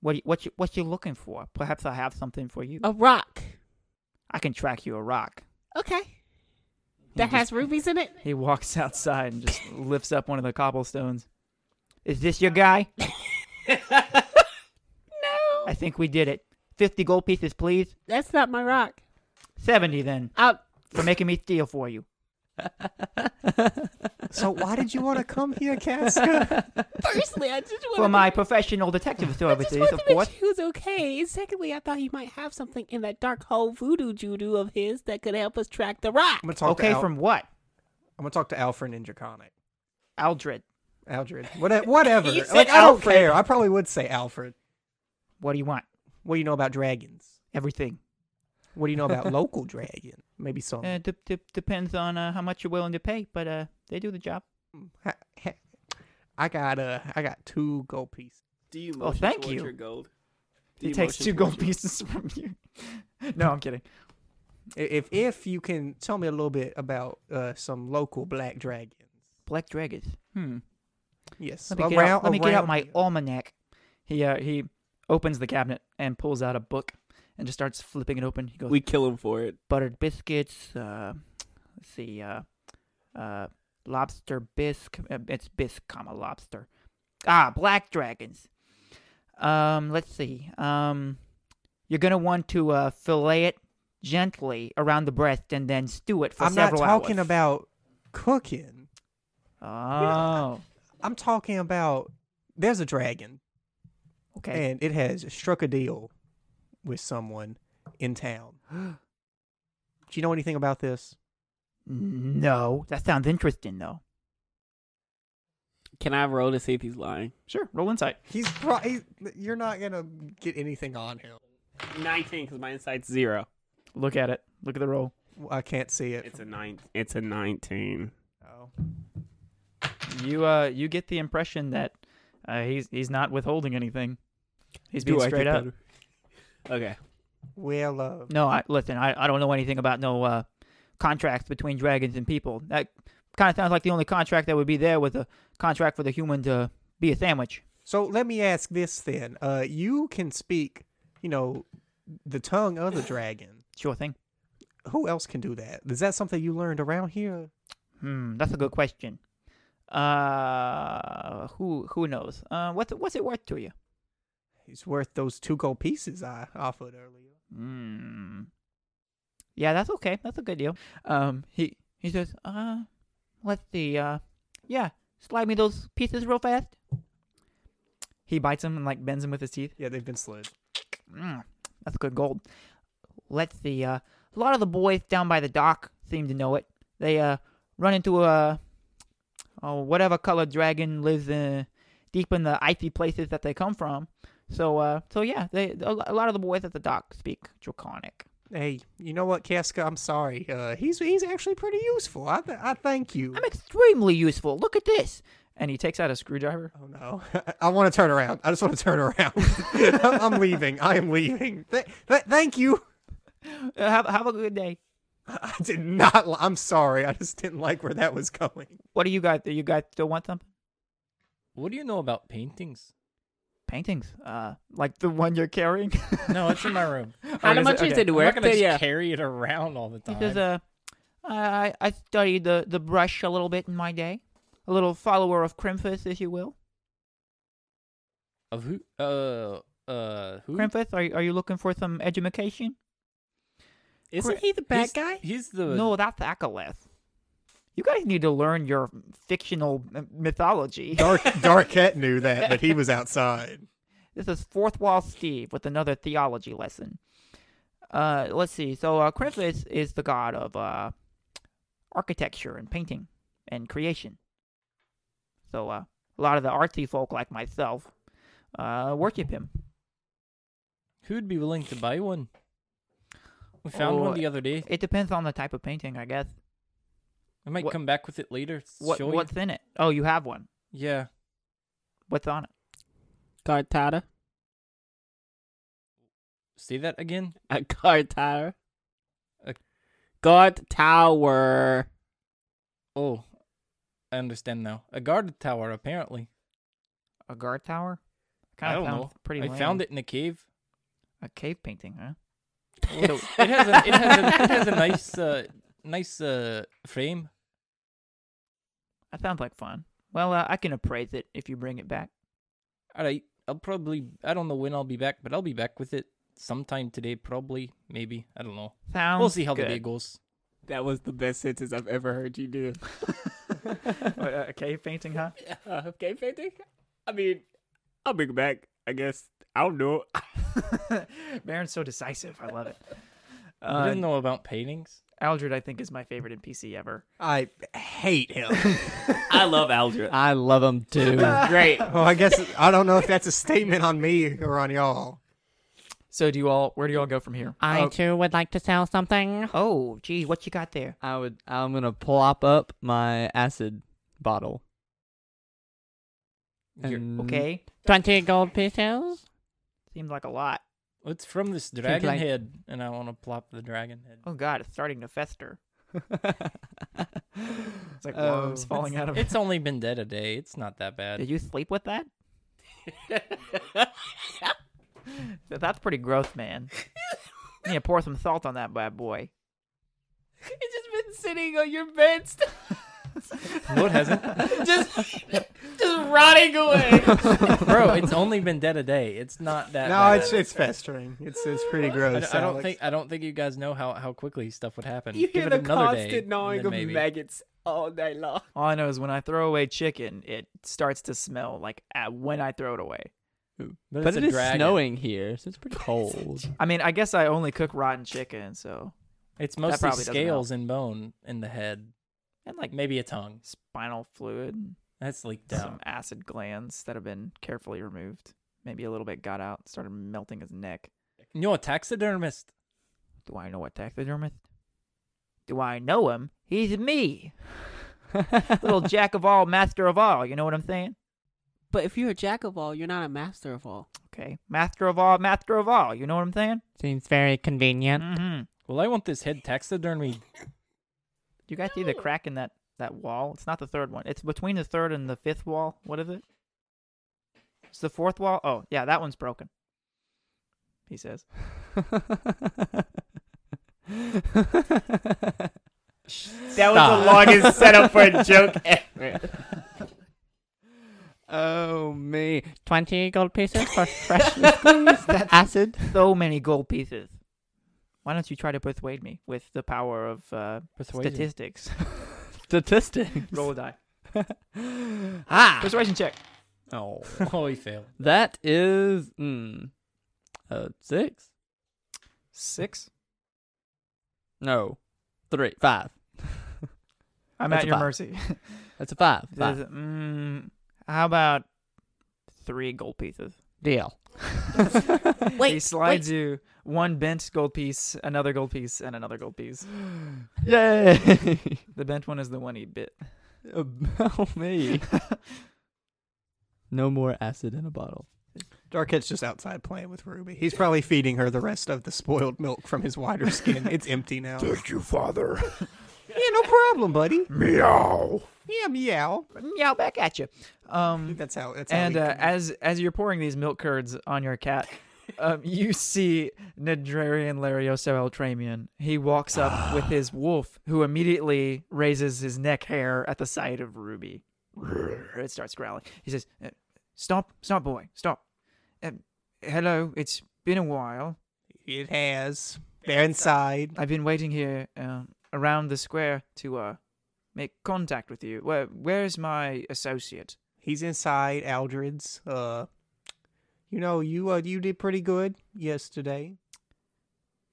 S8: What do you- what you, what you looking for? Perhaps I have something for you.
S7: A rock.
S8: I can track you a rock.
S7: Okay. That has rubies in it.
S4: He walks outside and just lifts up one of the cobblestones.
S8: Is this your guy?
S7: No,
S8: I think we did it. 50 gold pieces, please.
S7: that's not my rock.
S8: 70 then,
S7: Uh,
S8: for making me steal for you.
S6: so why did you want to come here, Casca?
S7: firstly, I just want
S8: For my professional detective
S7: I
S8: services, of
S7: just wanted to
S8: course.
S7: make sure he was okay. And secondly, I thought he might have something in that dark hole voodoo judo of his that could help us track the rock.
S6: I'm gonna talk
S8: Okay,
S6: to Al-
S8: from what?
S6: I'm gonna talk to Alfred and Draconic.
S8: Aldred.
S6: Aldred. What, whatever.
S7: You said
S6: like I don't
S7: Alfred.
S6: care. I probably would say Alfred.
S8: What do you want?
S6: What do you know about dragons?
S8: Everything.
S6: What do you know about local dragon? Maybe some.
S8: Uh, d- d- depends on uh, how much you're willing to pay, but uh, they do the job.
S6: Ha- ha- I got uh, I got two gold pieces.
S3: Do you?
S4: motion thank towards you. your
S3: gold?
S4: He takes two gold pieces from you. no, I'm kidding.
S6: I- If if you can tell me a little bit about uh, some local black dragons.
S8: Black dragons. Hmm.
S6: Yes.
S8: Let me, get out, let me get out my almanac.
S4: He uh, he opens the cabinet and pulls out a book and just starts flipping it open. He goes,
S3: We kill him for it.
S8: Buttered biscuits. Uh, let's see. Uh, uh, lobster bisque. Uh, it's bisque, comma, lobster. Ah, black dragons. Um, let's see. Um, you're gonna want to uh, fillet it gently around the breast and then stew it for
S6: I'm not
S8: several
S6: talking
S8: hours.
S6: about cooking.
S8: Oh,
S6: I'm talking about there's a dragon
S8: okay.
S6: and it has struck a deal with someone in town. Do you know anything about this?
S8: No, that sounds interesting though.
S3: Can I roll to see if he's lying?
S4: "Sure, roll insight."
S6: He's, pro- he's you're not gonna get anything on him.
S3: Nineteen, because my insight's zero.
S9: Look at it. Look at the roll.
S6: I can't see it.
S3: It's a nine. It's a nineteen.
S9: Oh. You uh you get the impression that uh, he's he's not withholding anything. He's being straight up.
S3: Okay.
S6: Well, uh,
S4: No, I, listen, I, I don't know anything about no uh, contracts between dragons and people. That kind of sounds like the only contract that would be there was a contract for the human to be a sandwich.
S6: so let me ask this then. Uh, you can speak, you know, the tongue of the dragon.
S4: Sure thing.
S6: Who else can do that? Is that something you learned around here?
S4: Hmm, that's a good question. Uh, who who knows? Uh, what's it, what's it worth to you?
S6: It's worth those two gold pieces I offered earlier.
S4: Hmm. Yeah, that's okay. That's a good deal. Um, he he says, uh, let's see. Uh, yeah, slide me those pieces real fast.
S9: He bites him and like bends him with his teeth.
S6: Yeah, they've been slid.
S4: Mm, that's good gold. Let's see. Uh, a lot of the boys down by the dock seem to know it. They uh run into a oh whatever color dragon lives in deep in the icy places that they come from. So uh so yeah, they a lo- a lot of the boys at the dock speak draconic.
S6: Hey, you know what, Casca? I'm sorry. Uh, he's he's actually pretty useful. I th- I thank you.
S4: I'm extremely useful. Look at this.
S9: And he takes out a screwdriver.
S6: Oh no! I want to turn around. I just want to turn around. I'm I'm leaving. I am leaving. Th- th- thank you.
S4: Uh, have have a good day.
S6: I did not. Li- I'm sorry. I just didn't like where that was going.
S4: What do you guys? Do you guys still want something?
S2: What do you know about paintings?
S4: Paintings. Uh,
S9: Like the one you're carrying.
S2: No, it's in my room.
S7: How
S9: is it-
S7: much is
S9: okay.
S7: it
S2: I'm
S7: worth
S2: not gonna
S7: to
S2: just
S7: you?
S2: carry it around all the
S4: He
S2: time.
S4: says, uh, I, I studied the, the brush a little bit in my day. A little follower of Crimfus, if you will.
S2: of who? Uh, uh, who?
S4: Crimfus, are, you- are you looking for some education?
S7: Isn't he the bad
S2: he's,
S7: guy?
S2: He's the
S4: No, that's Acolyth. You guys need to learn your fictional uh, mythology.
S6: Dark Darkette knew that, but he was outside.
S4: This is Fourth Wall Steve with another theology lesson. Uh, let's see. So, uh, Crimfus is the god of uh, architecture and painting and creation. So, uh, a lot of the artsy folk like myself uh, worship him.
S2: Who'd be willing to buy one? We found
S4: Oh,
S2: one the other day.
S4: It depends on the type of painting, I guess.
S2: I might
S4: what-
S2: come back with it later. s-
S4: What
S2: show
S4: what's in it? Oh, you have one.
S2: you. Yeah.
S4: What's on it?
S3: Cartada.
S2: Say that again.
S3: A guard tower.
S5: Uh,
S2: A-
S3: guard tower.
S2: Oh, I understand now. A guard tower, apparently.
S4: A guard tower?
S2: I
S4: Kinda
S2: don't
S4: sounds
S2: know.
S4: Pretty.
S2: I
S4: lame.
S2: found it in a cave.
S4: A cave painting, huh?
S2: Well, it has a it has a, it has a nice uh, nice uh, frame.
S4: That sounds like fun. Well, uh, I can appraise it if you bring it back.
S2: All right, I'll probably I don't know when I'll be back, but I'll be back with it sometime today, probably, maybe. I don't know.
S4: Sounds.
S2: we'll see how
S4: good.
S2: the day goes.
S3: That was the best sentence I've ever heard you do.
S9: a cave painting, huh?
S3: Uh, game painting? I mean, I'll bring it back. I guess I don't know.
S9: Baron's so decisive. I love it.
S2: I
S9: Uh,
S2: didn't know about paintings.
S9: Aldred, I think, is my favorite NPC ever.
S6: I hate him.
S3: I love Aldrin.
S5: I love them too.
S3: Great.
S6: Well, I guess I don't know if that's a statement on me or on y'all.
S9: So do you all? Where do you all go from here?
S5: I
S6: Oh.
S5: too would like to sell something.
S4: Oh, gee, what you got there?
S5: I would. I'm gonna plop up my acid bottle.
S2: You're-
S5: And
S7: Mm-hmm.
S4: Okay,
S5: Twenty gold pieces.
S4: seems like a lot.
S2: It's from this dragon
S5: like-
S2: head, and I want to plop the dragon head.
S4: Oh God, it's starting to fester.
S9: It's like
S5: Oh,
S9: worms falling out of it.
S2: It's only been dead a day. It's not that bad.
S4: Did you sleep with that? Th- That's pretty gross, man. You need to pour some salt on that bad boy.
S7: It's just been sitting on your bed, st-
S2: No, it hasn't,
S7: just just rotting away.
S2: bro. It's only been dead a day. It's not that.
S6: No,
S2: bad.
S6: it's it's festering. It's it's pretty
S2: I,
S6: gross.
S2: don't- I don't
S6: Alex.
S2: think I don't think you guys know how, how quickly stuff would happen.
S3: You
S2: Give
S3: hear
S2: it
S3: the
S2: another day,
S3: constant
S2: and
S3: gnawing
S2: then
S3: of
S2: maybe.
S3: maggots all day long.
S9: All I know is when I throw away chicken, it starts to smell like at when I throw it away.
S2: But,
S5: But
S2: it's
S5: it
S2: a
S5: is
S2: dragon.
S5: snowing here, so it's pretty cold.
S9: I mean, I guess I only cook rotten chicken, so
S2: It's mostly
S9: probably doesn't help.
S2: scales and bone in the head,
S9: and like
S2: maybe a tongue.
S9: spinal fluid, and
S2: That's leaked
S9: some
S2: out.
S9: acid glands that have been carefully removed. Maybe a little bit got out, started melting his neck.
S2: You know, a taxidermist.
S8: Do I know a taxidermist? Do I know him? He's me. Little jack of all, master of all. You know what I'm saying?
S7: But if you're a jack of all, you're not a master of all.
S8: Okay. Master of all, master of all. You know what I'm saying?
S5: Seems very convenient.
S8: Mm-hmm.
S2: Well, I want this head taxidermy.
S8: You guys see the crack in that, that wall? It's not the third one. It's between the third and the fifth wall. What is it? It's the fourth wall. Oh, yeah, that one's broken. He says.
S3: That was the longest setup for a joke e-. ever.
S5: Oh me! Twenty gold pieces for freshly squeezed acid.
S8: So many gold pieces. Why don't you try to persuade me with the power of uh,
S2: Persuasion.
S8: statistics?
S5: Statistics.
S8: Roll a die.
S5: ah,
S8: Persuasion check.
S2: Oh, oh, he failed.
S5: that is mm, uh six.
S4: Six.
S5: No, three, five.
S4: I'm at
S5: That's a
S4: your
S5: five.
S4: mercy.
S5: That's a five.
S8: There's,
S5: Five.
S8: mm, how about three gold pieces?
S5: Deal.
S4: he slides you one bent gold piece, another gold piece, and another gold piece.
S5: Yay!
S4: The bent one is the one he bit.
S5: oh me! no more acid in a bottle.
S6: Darket's just outside playing with Ruby. He's probably feeding her the rest of the spoiled milk from his wider skin. It's empty now.
S10: Thank you, Father.
S6: yeah, no problem, buddy.
S10: Meow.
S6: Yeah, meow.
S8: Meow back at you. Um,
S6: That's how. That's how.
S4: And
S6: we
S4: uh,
S6: communicate.
S4: as as you're pouring these milk curds on your cat, um, you see Nadrarian Larioso Eltramian. He walks up with his wolf, who immediately raises his neck hair at the sight of Ruby. It starts growling. He says, "Uh, "Stop, stop, boy, stop. Um, hello, it's been a while.
S6: it has. They're inside.
S4: I've been waiting here uh, around the square to uh, make contact with you. Where, where's my associate?
S6: He's inside Aldred's. Uh, you know, you uh, you did pretty good yesterday.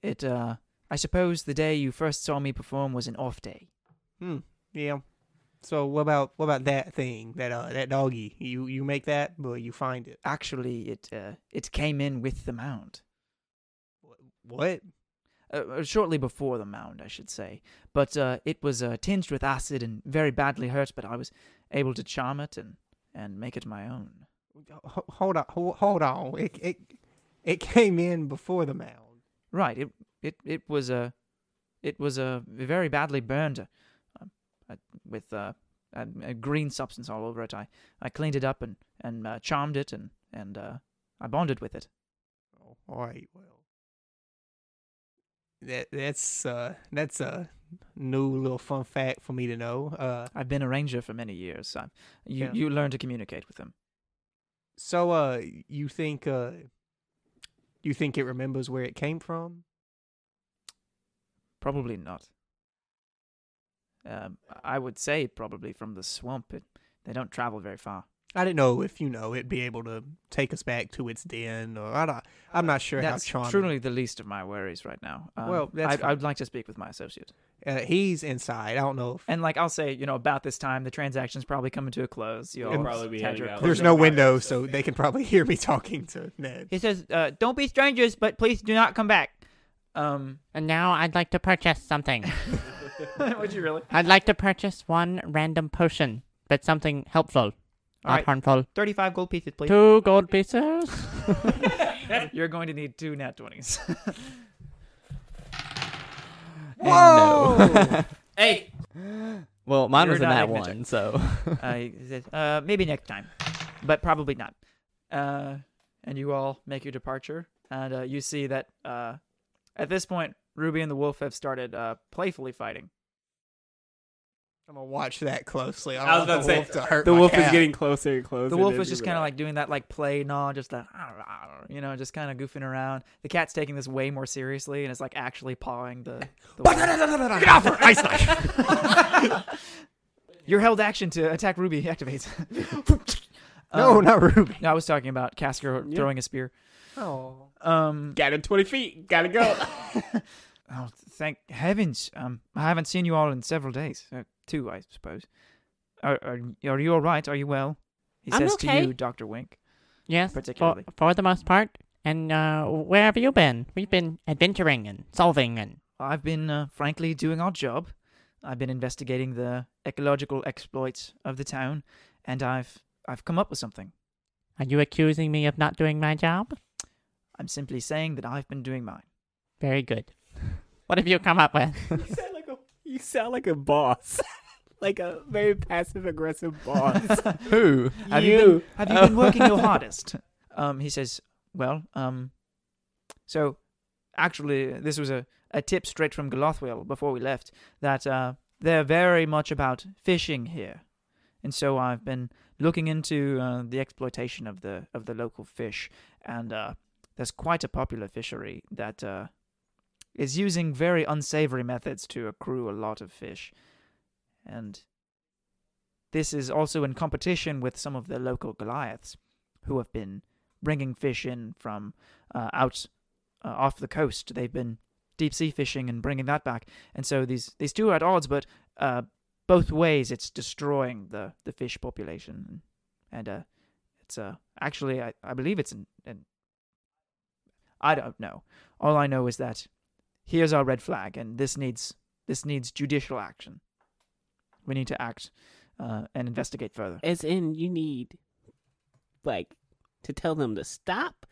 S4: It, uh, I suppose the day you first saw me perform was an off day.
S6: Hmm. Yeah. So what about what about that thing that uh that doggy? You you make that, but you find it.
S4: Actually, it, uh, it came in with the mound.
S6: What?
S4: Uh, Uh, shortly before the mound, I should say. But uh, it was uh, tinged with acid and very badly hurt, but I was able to charm it and, and make it my own.
S6: Ho- Hold on. ho- Hold on. It it it came in before the mound.
S4: Right, it, it, it was Uh, it was uh, very badly burned uh, uh, with uh, a, a green substance all over it. I, I cleaned it up and, and uh, charmed it and, and uh, I bonded with it.
S6: Oh, all right. Well, that that's uh that's a new little fun fact for me to know. Uh,
S4: I've been a ranger for many years. i you,
S6: Yeah.
S4: you learn to communicate with them.
S6: so uh, you think uh, you think it remembers where it came from?
S4: Probably not. Um, I would say probably from the swamp. It, they don't travel very far.
S6: I didn't know if you know it'd be able to take us back to its den, or I don't, I'm not sure
S4: That's
S6: how charming.
S4: truly the least of my worries right now. Um,
S6: Well, that's
S4: I'd,
S6: fine.
S4: I'd like to speak with my associate.
S6: Uh, he's inside. I don't know if
S4: And like I'll say, you know, about this time, the transaction's probably coming to a close. You'll
S6: It'll
S3: probably be headed out.
S6: there's no window, so they can probably hear me talking to Ned.
S8: He says, uh, "Don't be strangers, but please do not come back."
S4: Um,
S5: And now I'd like to purchase something.
S4: would you really?
S5: I'd like to purchase one random potion, but something helpful, not
S8: Alright.
S5: harmful.
S8: Thirty-five gold pieces, please.
S5: Two gold pieces.
S4: You're going to need two nat twenties.
S5: Whoa!
S3: Hey,
S5: well, mine
S4: You're
S5: was in
S4: not
S5: that
S4: ignorant.
S5: one, so
S8: Uh, he says, uh, "Maybe next time, but probably not."
S4: uh, and you all make your departure. And uh, you see that uh, at this point, Ruby and the wolf have started uh, playfully fighting.
S6: I'm gonna watch that closely. I,
S3: I was
S6: don't want
S3: about to
S6: the wolf
S3: say,
S6: to hurt
S3: the
S6: my
S3: wolf is
S6: cat.
S3: getting closer and closer.
S4: The wolf
S3: and
S4: was just
S3: everywhere.
S4: kind of like doing that like play gnaw, just like you know, just kind of goofing around. The cat's taking this way more seriously and it's like actually pawing the. the wolf.
S10: Get off her ice knife.
S4: Your held action to attack Ruby activates.
S6: No,
S4: Um,
S6: not Ruby.
S4: no, I was talking about Cascar
S3: Yeah.
S4: throwing a spear.
S6: Oh,
S4: Um,
S3: got him twenty feet. Gotta go.
S4: oh, thank heavens! Um, I haven't seen you all in several days. Uh, two, I suppose. Are, are are you all right? Are you well? He
S7: I'm
S4: says to
S7: okay. Oh.
S4: you, Doctor Wink.
S5: yes, for,
S4: Particularly.
S5: for the most part, And uh, where have you been? We've been adventuring and solving and
S4: I've been, uh, frankly, doing our job. I've been investigating the ecological exploits of the town, and I've I've come up with something.
S5: are you accusing me of not doing my job?
S4: I'm simply saying that I've been doing mine.
S5: Very good. What have you come up with?
S7: You sound like a you sound like a boss, like a very passive aggressive boss.
S5: Who?
S4: Have you, been, have you been working your hardest? Um, he says, well, um, so actually, this was a, a tip straight from Galothwell before we left that uh, they're very much about fishing here, and so I've been looking into uh, the exploitation of the of the local fish, and uh, there's quite a popular fishery that uh, is using very unsavory methods to accrue a lot of fish, and this is also in competition with some of the local Goliaths, who have been bringing fish in from uh, out uh, off the coast. They've been deep sea fishing and bringing that back, and so these these two are at odds, but uh, both ways it's destroying the the fish population, and uh, it's uh, actually I, I believe it's an, an I don't know. All I know is that here's our red flag, and this needs this needs judicial action. We need to act uh, and investigate further.
S7: As in, you need like to tell them to stop,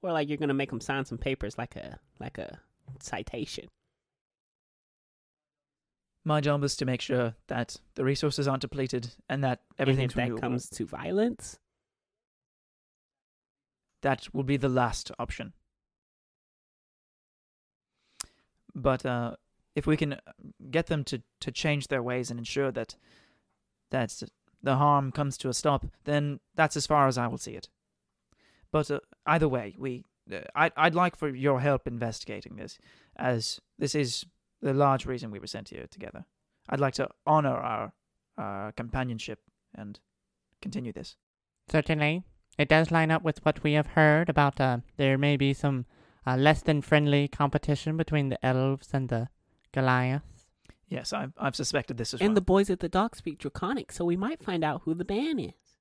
S7: or like you're gonna make them sign some papers, like a like a citation.
S4: My job is to make sure that the resources aren't depleted and that everything's
S7: and if that
S4: renewable.
S7: comes to violence,
S4: that will be the last option. But uh, if we can get them to, to change their ways and ensure that that the harm comes to a stop, then that's as far as I will see it. But uh, either way, we uh, I, I'd like for your help investigating this, as this is the large reason we were sent here together. I'd like to honor our, our companionship and continue this.
S5: Certainly. It does line up with what we have heard about uh, there may be some uh, less than friendly competition between the elves and the Goliath.
S4: Yes, I've, I've suspected this as well.
S7: and the boys at the dock speak Draconic, so we might find out who the man is.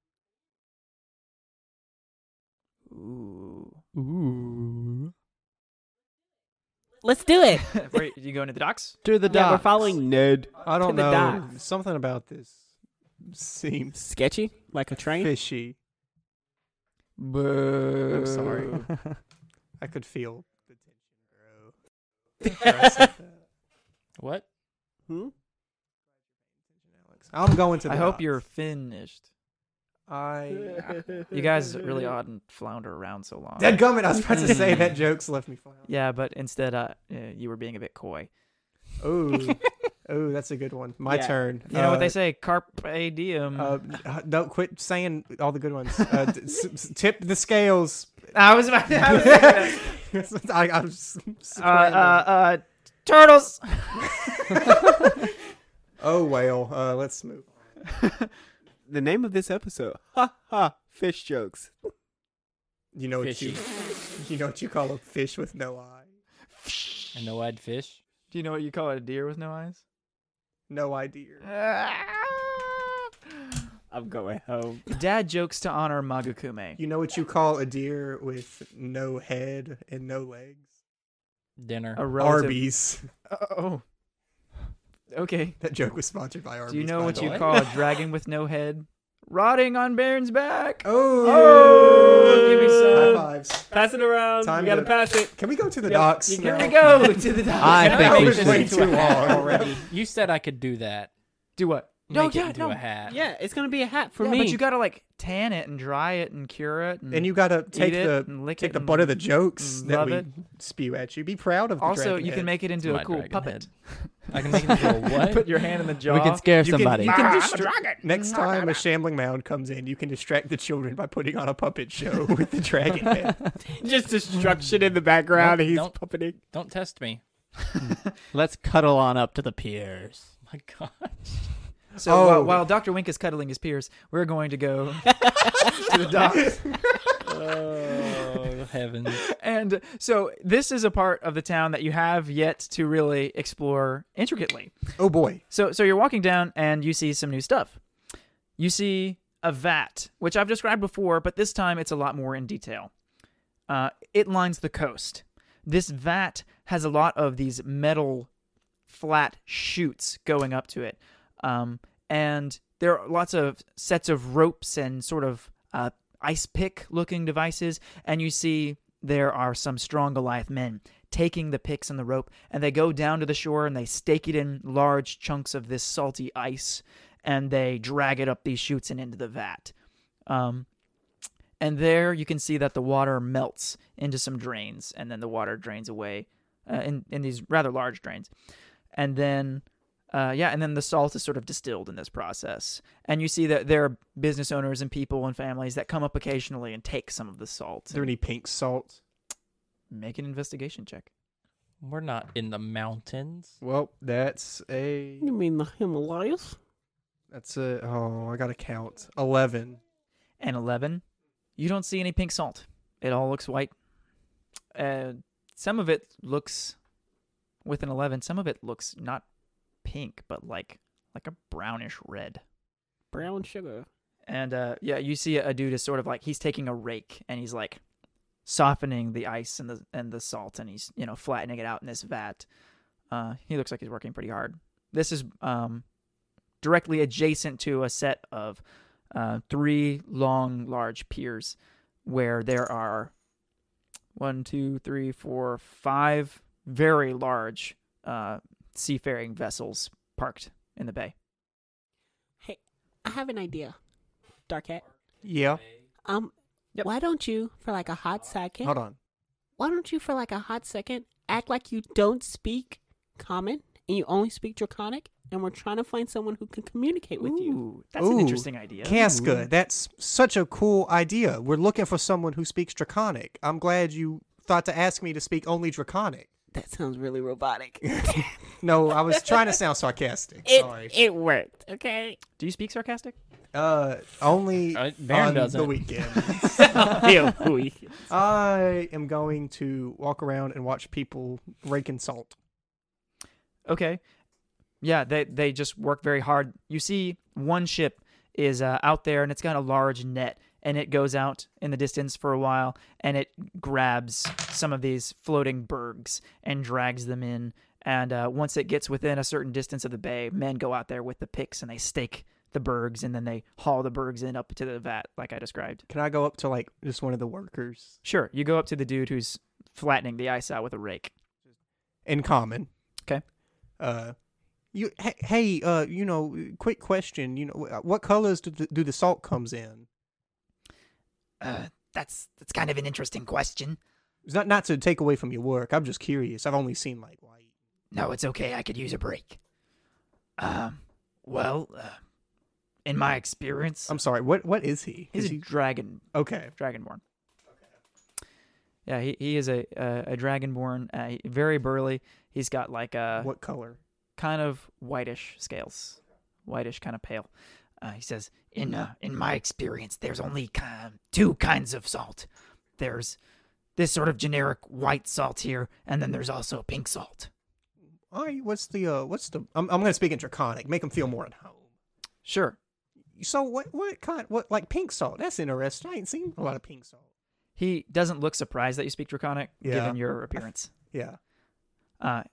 S4: Ooh.
S5: Ooh.
S7: Let's do it.
S4: Where you going to the docks?
S2: To the
S7: Yeah, we're
S2: docks.
S7: following
S3: Ned.
S6: I don't
S7: the
S6: know.
S7: docks.
S6: Something about this seems
S3: Sketchy? Like a train?
S6: fishy.
S4: Boo.
S6: I'm sorry. I could feel the tension grow. after I said that.
S2: What?
S3: Hmm?
S6: I'm going to. The
S4: I hope
S6: docks.
S4: you're finished.
S6: I.
S4: You guys really odd and flounder around so long.
S6: Dead gummit. I was about to
S4: Hmm.
S6: say that joke's left me flying.
S4: Yeah, but instead, uh, uh, you were being a bit coy.
S6: Oh, oh, that's a good one. My
S3: Yeah.
S6: turn.
S4: You know what they hmm. say,
S6: Uh,
S4: carpe diem.
S6: Uh, h- don't quit saying all the good ones. Uh, d- s- s- tip the scales.
S4: I was about to. I was
S6: I, I'm s- s-
S4: uh, uh, uh, turtles.
S6: oh well. Uh, let's move.
S3: The name of this episode. Ha ha. Fish jokes.
S6: You know what you, you know what you call a fish with no eye.
S2: A no-eyed fish.
S4: Do you know what you call a deer with no eyes?
S6: No
S4: Uh,
S6: idea.
S3: I'm going home.
S4: Dad jokes to honor Magakume.
S6: You know what you call a deer with no head and no legs.
S2: Dinner.
S4: A relative.
S6: Arby's.
S4: Oh. Okay.
S6: That joke was sponsored by Arby's.
S4: Do you know
S6: by
S4: what
S6: the
S4: you
S6: way.
S4: call a dragon with no head? Rotting on Baron's back.
S6: Oh,
S4: give me some.
S6: high fives.
S3: Pass it around.
S6: Time
S3: you gotta
S6: to-
S3: pass it.
S6: Can we go to the docks?
S4: Here
S6: now?
S4: we go to the doctor.
S5: I think
S6: That
S5: we
S6: was
S5: should-
S6: way too long already.
S2: You said I could do that.
S4: do what?
S2: Make it into a hat.
S7: yeah, it's gonna be a hat for
S4: yeah,
S7: me.
S4: but you gotta like tan it and dry it and cure it, and,
S6: and you gotta take
S4: it
S6: the
S4: and lick
S6: take
S4: it
S6: the
S4: and
S6: butt of the jokes that
S4: love
S6: we
S4: it.
S6: spew at you. Be proud of. The
S4: also
S6: dragon
S4: you can
S6: head.
S4: make it into
S2: My
S4: a cool
S2: dragon
S4: puppet.
S2: I can make it into a what?
S4: Put your hand in the jaw.
S5: We can scare
S6: You can-
S5: somebody.
S6: you can
S10: I'm a
S6: distra-
S10: dragon.
S6: Next time a shambling mound comes in, you can distract the children by putting on a puppet show with the dragon head.
S3: Just destruction in the background.
S2: Nope,
S3: and he's
S2: don't-
S3: puppeting.
S2: Don't test me.
S5: Let's cuddle on up to the piers.
S2: My God.
S4: so
S6: Oh.
S4: while, while Doctor Wink is cuddling his peers, we're going to go to the doctor.
S2: Oh heavens.
S4: And so this is a part of the town that you have yet to really explore intricately.
S6: Oh boy.
S4: So so you're walking down and you see some new stuff. You see a vat, which I've described before, but this time it's a lot more in detail. Uh, it lines the coast. This vat has a lot of these metal flat shoots going up to it. Um, and there are lots of sets of ropes and sort of uh, ice pick looking devices. And you see there are some strong Goliath men taking the picks and the rope, and they go down to the shore and they stake it in large chunks of this salty ice and they drag it up these chutes and into the vat. Um, and there you can see that the water melts into some drains and then the water drains away uh, in, in these rather large drains and then uh, yeah and then the salt is sort of distilled in this process and you see that there are business owners and people and families that come up occasionally and take some of the salt
S6: Is there any pink salt?
S4: make an investigation check
S2: We're not in the mountains.
S6: Well, that's a
S7: You mean the Himalayas?
S6: that's a oh, I gotta count. Eleven.
S4: and 11 you don't see any pink salt it all looks white uh, some of it looks with an 11 some of it looks not pink but like like a brownish red
S7: Brown sugar.
S4: And uh, yeah, you see a dude is sort of like he's taking a rake and he's like softening the ice and the and the salt and he's you know flattening it out in this vat. Uh, he looks like he's working pretty hard. This is um, directly adjacent to a set of uh, three long, large piers where there are one, two, three, four, five very large uh, seafaring vessels parked in the bay.
S7: I have an idea, Dark Hat.
S6: Yeah.
S7: Um, why don't you, for like a hot second,
S6: Hold on.
S7: why don't you, for like a hot second, act like you don't speak Common and you only speak Draconic, and we're trying to find someone who can communicate with you.
S4: Ooh, that's an
S6: Ooh,
S4: interesting idea.
S6: Casca, that's such a cool idea. We're looking for someone who speaks Draconic. I'm glad you thought to ask me to speak only Draconic.
S7: That sounds really robotic.
S6: No, I was trying to sound sarcastic.
S7: It
S6: Sorry.
S7: it worked. Okay.
S4: Do you speak sarcastic?
S6: Uh, only
S2: Uh, Baron
S6: on the
S2: doesn't.
S6: weekend.
S3: Ew, ooey.
S6: I am going to walk around and watch people raking salt.
S4: Okay. Yeah, they they just work very hard. You see, one ship is uh, out there and it's got a large net and it goes out in the distance for a while and it grabs some of these floating bergs and drags them in. And uh, once it gets within a certain distance of the bay, men go out there with the picks and they stake the bergs and then they haul the bergs in up to the vat, like I described.
S6: Can I go up to like just one of the workers
S4: Sure, you go up to the dude who's flattening the ice out with a rake.
S6: in common?
S4: 'Kay.
S6: Uh, you hey, hey uh you know quick question you know wh- uh, what colors do the, do the salt comes in?
S8: Uh, that's that's kind of an interesting question.
S6: It's not not to take away from your work. I'm just curious. I've only seen like white.
S8: No, it's okay. I could use a break. Um, well, uh, in my experience,
S4: Um,
S6: I'm sorry. What what is he?
S4: He's
S6: Is
S4: a
S6: he
S4: dragon
S6: okay?
S4: dragonborn. Yeah, he, he is a uh, a dragonborn, uh, he- very burly. He's got like
S2: uh,
S4: a
S6: what color?
S4: kind of whitish scales, whitish kind of pale.
S8: uh, he says, in uh, in my experience, there's only ki- two kinds of salt. There's this sort of generic white salt here, and then there's also pink salt.
S6: All right. What's the uh what's the? I'm I'm gonna speak in draconic. Make him feel more at home.
S4: Sure,
S6: So what what kind what like pink salt? That's interesting. I ain't seen a lot of pink salt.
S4: he doesn't look surprised that you speak draconic,
S6: Yeah.
S4: given your appearance.
S6: Yeah.
S4: Uh,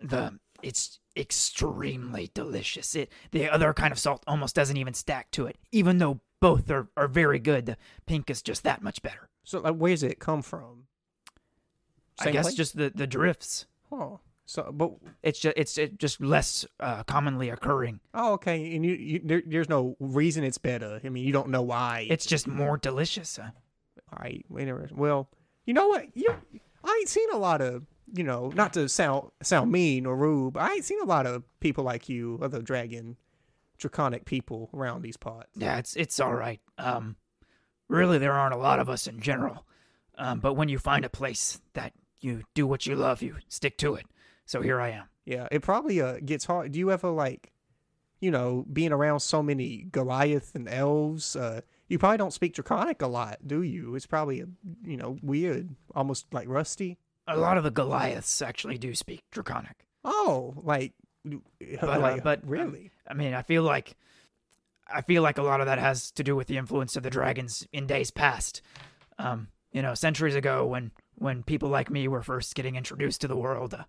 S8: The it's extremely delicious. It the other kind of salt almost doesn't even stack to it, even though both are, are very good. The pink is just that much better.
S6: So like, where's it come from?
S8: I
S6: Same
S8: guess
S6: place?
S8: just the, the drifts.
S6: Oh, so but
S8: It's just it's it just less uh, commonly occurring.
S6: oh, okay. And you, you there, there's no reason it's better. I mean, you don't know why.
S8: It's just more delicious. Uh,
S6: all right. Interesting. Well, you know what? You I ain't seen a lot of you know not to sound sound mean or rude. But I ain't seen a lot of people like you, other dragon, draconic people around these parts.
S8: Yeah, it's it's all right. Um, really, there aren't a lot of us in general. Um, but when you find a place that you do what you love, you stick to it. So here I am.
S6: Yeah, it probably uh, gets hard. Do you ever like, you know, being around so many Goliath and elves? Uh, you probably don't speak Draconic a lot, do you? It's probably uh, you know weird, almost like rusty.
S8: A lot of the Goliaths actually do speak Draconic.
S6: Oh, like,
S8: uh,
S6: like,
S8: but, um,
S6: really?
S8: I mean, I feel like I feel like a lot of that has to do with the influence of the dragons in days past. Um,
S4: you know, centuries ago when when people like me were first getting introduced to the world, uh,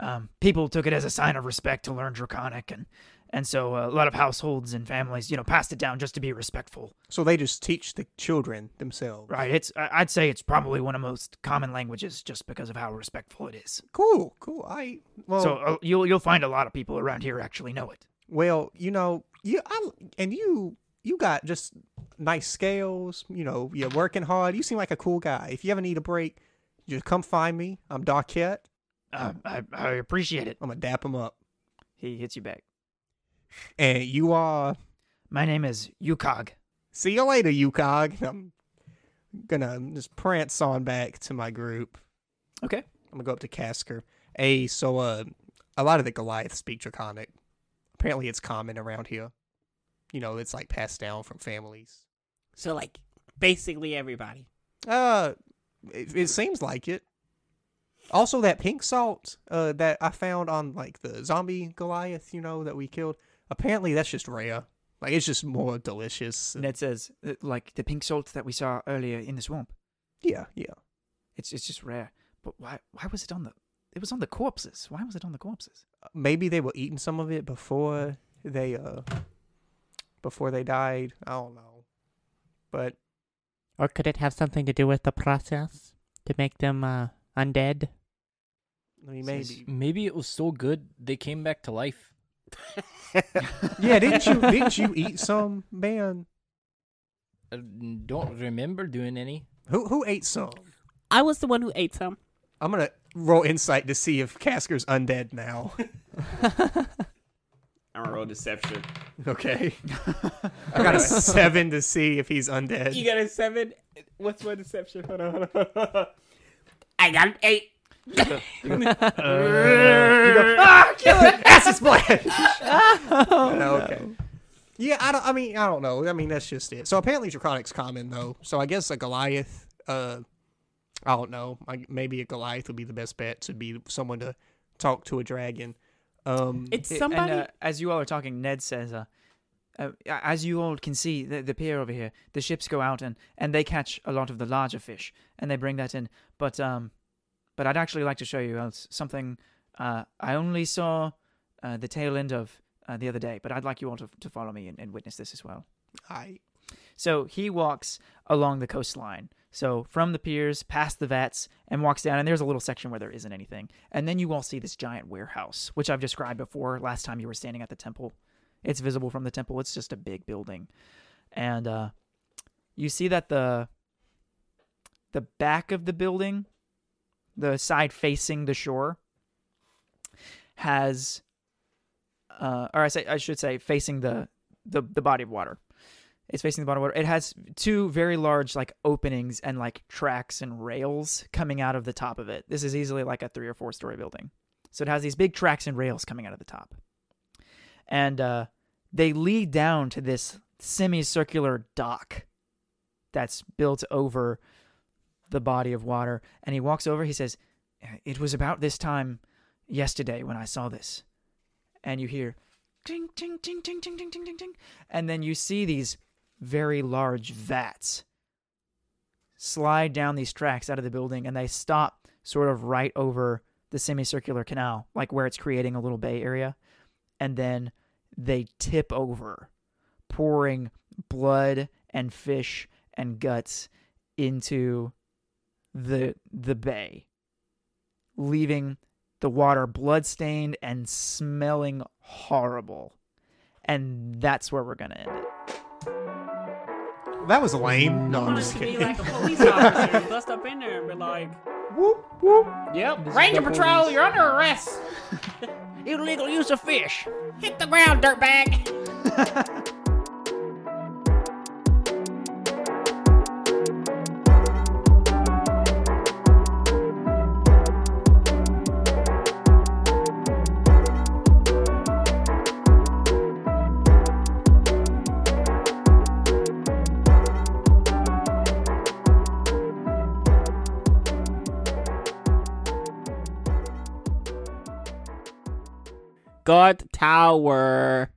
S4: um, people took it as a sign of respect to learn Draconic, and and so uh, a lot of households and families, you know, passed it down just to be respectful.
S6: So they just teach the children themselves.
S4: Right? It's I- I'd say it's probably one of the most common languages just because of how respectful it is.
S6: Cool, cool. I well,
S4: so uh, you'll you'll find a lot of people around here actually know it.
S6: well, you know, you I and you you got just nice scales. You know, you're working hard. You seem like a cool guy. If you ever need a break, just come find me. I'm Darkette.
S4: Uh, I, I appreciate it.
S6: I'm gonna dap him up.
S4: He hits you back.
S6: And you are.
S4: My name is Yukog.
S6: See you later, Yukog. I'm gonna just prance on back to my group.
S4: Okay.
S6: I'm gonna go up to Casker. Hey, so uh, a lot of the Goliaths speak Draconic. Apparently, it's common around here. You know, it's like passed down from families.
S7: So like basically everybody.
S6: Uh, it, it seems like it. Also, that pink salt uh, that I found on like the zombie Goliath, you know, that we killed. Apparently, that's just rare. Like it's just more delicious.
S4: Ned says, uh, like the pink salt that we saw earlier in the swamp.
S6: Yeah, yeah.
S4: It's it's just rare. But why why was it on the? It was on the corpses. Why was it on the corpses?
S6: Maybe they were eating some of it before they uh before they died. I don't know, but
S5: Or could it have something to do with the process to make them uh, undead?
S6: I mean,
S2: Says,
S6: maybe.
S2: Maybe it was so good they came back to life.
S6: yeah, didn't you didn't you eat some, man?
S2: I Uh, don't remember doing any.
S6: Who who ate some?
S7: I was the one who ate some.
S6: I'm gonna roll insight to see if Casker's undead now.
S3: I'm gonna roll deception.
S6: Okay. I got a seven to see if he's
S7: You
S6: undead.
S7: got a seven. What's my deception? Hold on, hold on. Hold on. I got an eight.
S6: Acid splash. Oh, No, okay. Yeah, I don't. I mean, I don't know. I mean, that's just it. So apparently, draconic's common though. So I guess a Goliath. Uh, I don't know. I, maybe a Goliath would be the best bet to be someone to talk to a dragon. Um,
S7: It's
S4: Yeah,
S7: somebody.
S4: And, uh, as you all are talking, Ned says, uh, uh, "As you all can see, the, the pier over here, the ships go out and and they catch a lot of the larger fish, and they bring that in. But um, but I'd actually like to show you else something. Uh, I only saw uh, the tail end of uh, the other day, but I'd like you all to to follow me and, and witness this as well.
S6: I
S4: So he walks along the coastline. So from the piers, past the vats, and walks down, and there's a little section where there isn't anything. And then you all see this giant warehouse, which I've described before last time you were standing at the temple. It's visible from the temple, it's just a big building. And uh, you see that the the back of the building, the side facing the shore, has uh, or I say I should say facing the, the the body of water. It's facing the bottom of water. It has two very large like openings and like tracks and rails coming out of the top of it. This is easily like a three or four story building. So it has these big tracks and rails coming out of the top. And uh, they lead down to this semicircular dock that's built over the body of water. And he walks over, he says, It was about this time yesterday when I saw this. And you hear ting ting ting ting ting ting ting ting ting and then you see these very large vats slide down these tracks out of the building and they stop sort of right over the semicircular canal, like where it's creating a little bay area. And then they tip over, pouring blood and fish and guts into the the bay, leaving the water bloodstained and smelling horrible. And that's where we're gonna end it.
S6: that was lame. No,
S7: I
S6: I'm
S7: wanted
S6: just
S7: to be
S6: kidding.
S7: like a police officer and bust up in there and be like,
S6: whoop whoop.
S7: "Yep, Ranger Patrol, you're under arrest. Illegal use of fish. Hit the ground, dirtbag."
S3: God Tower.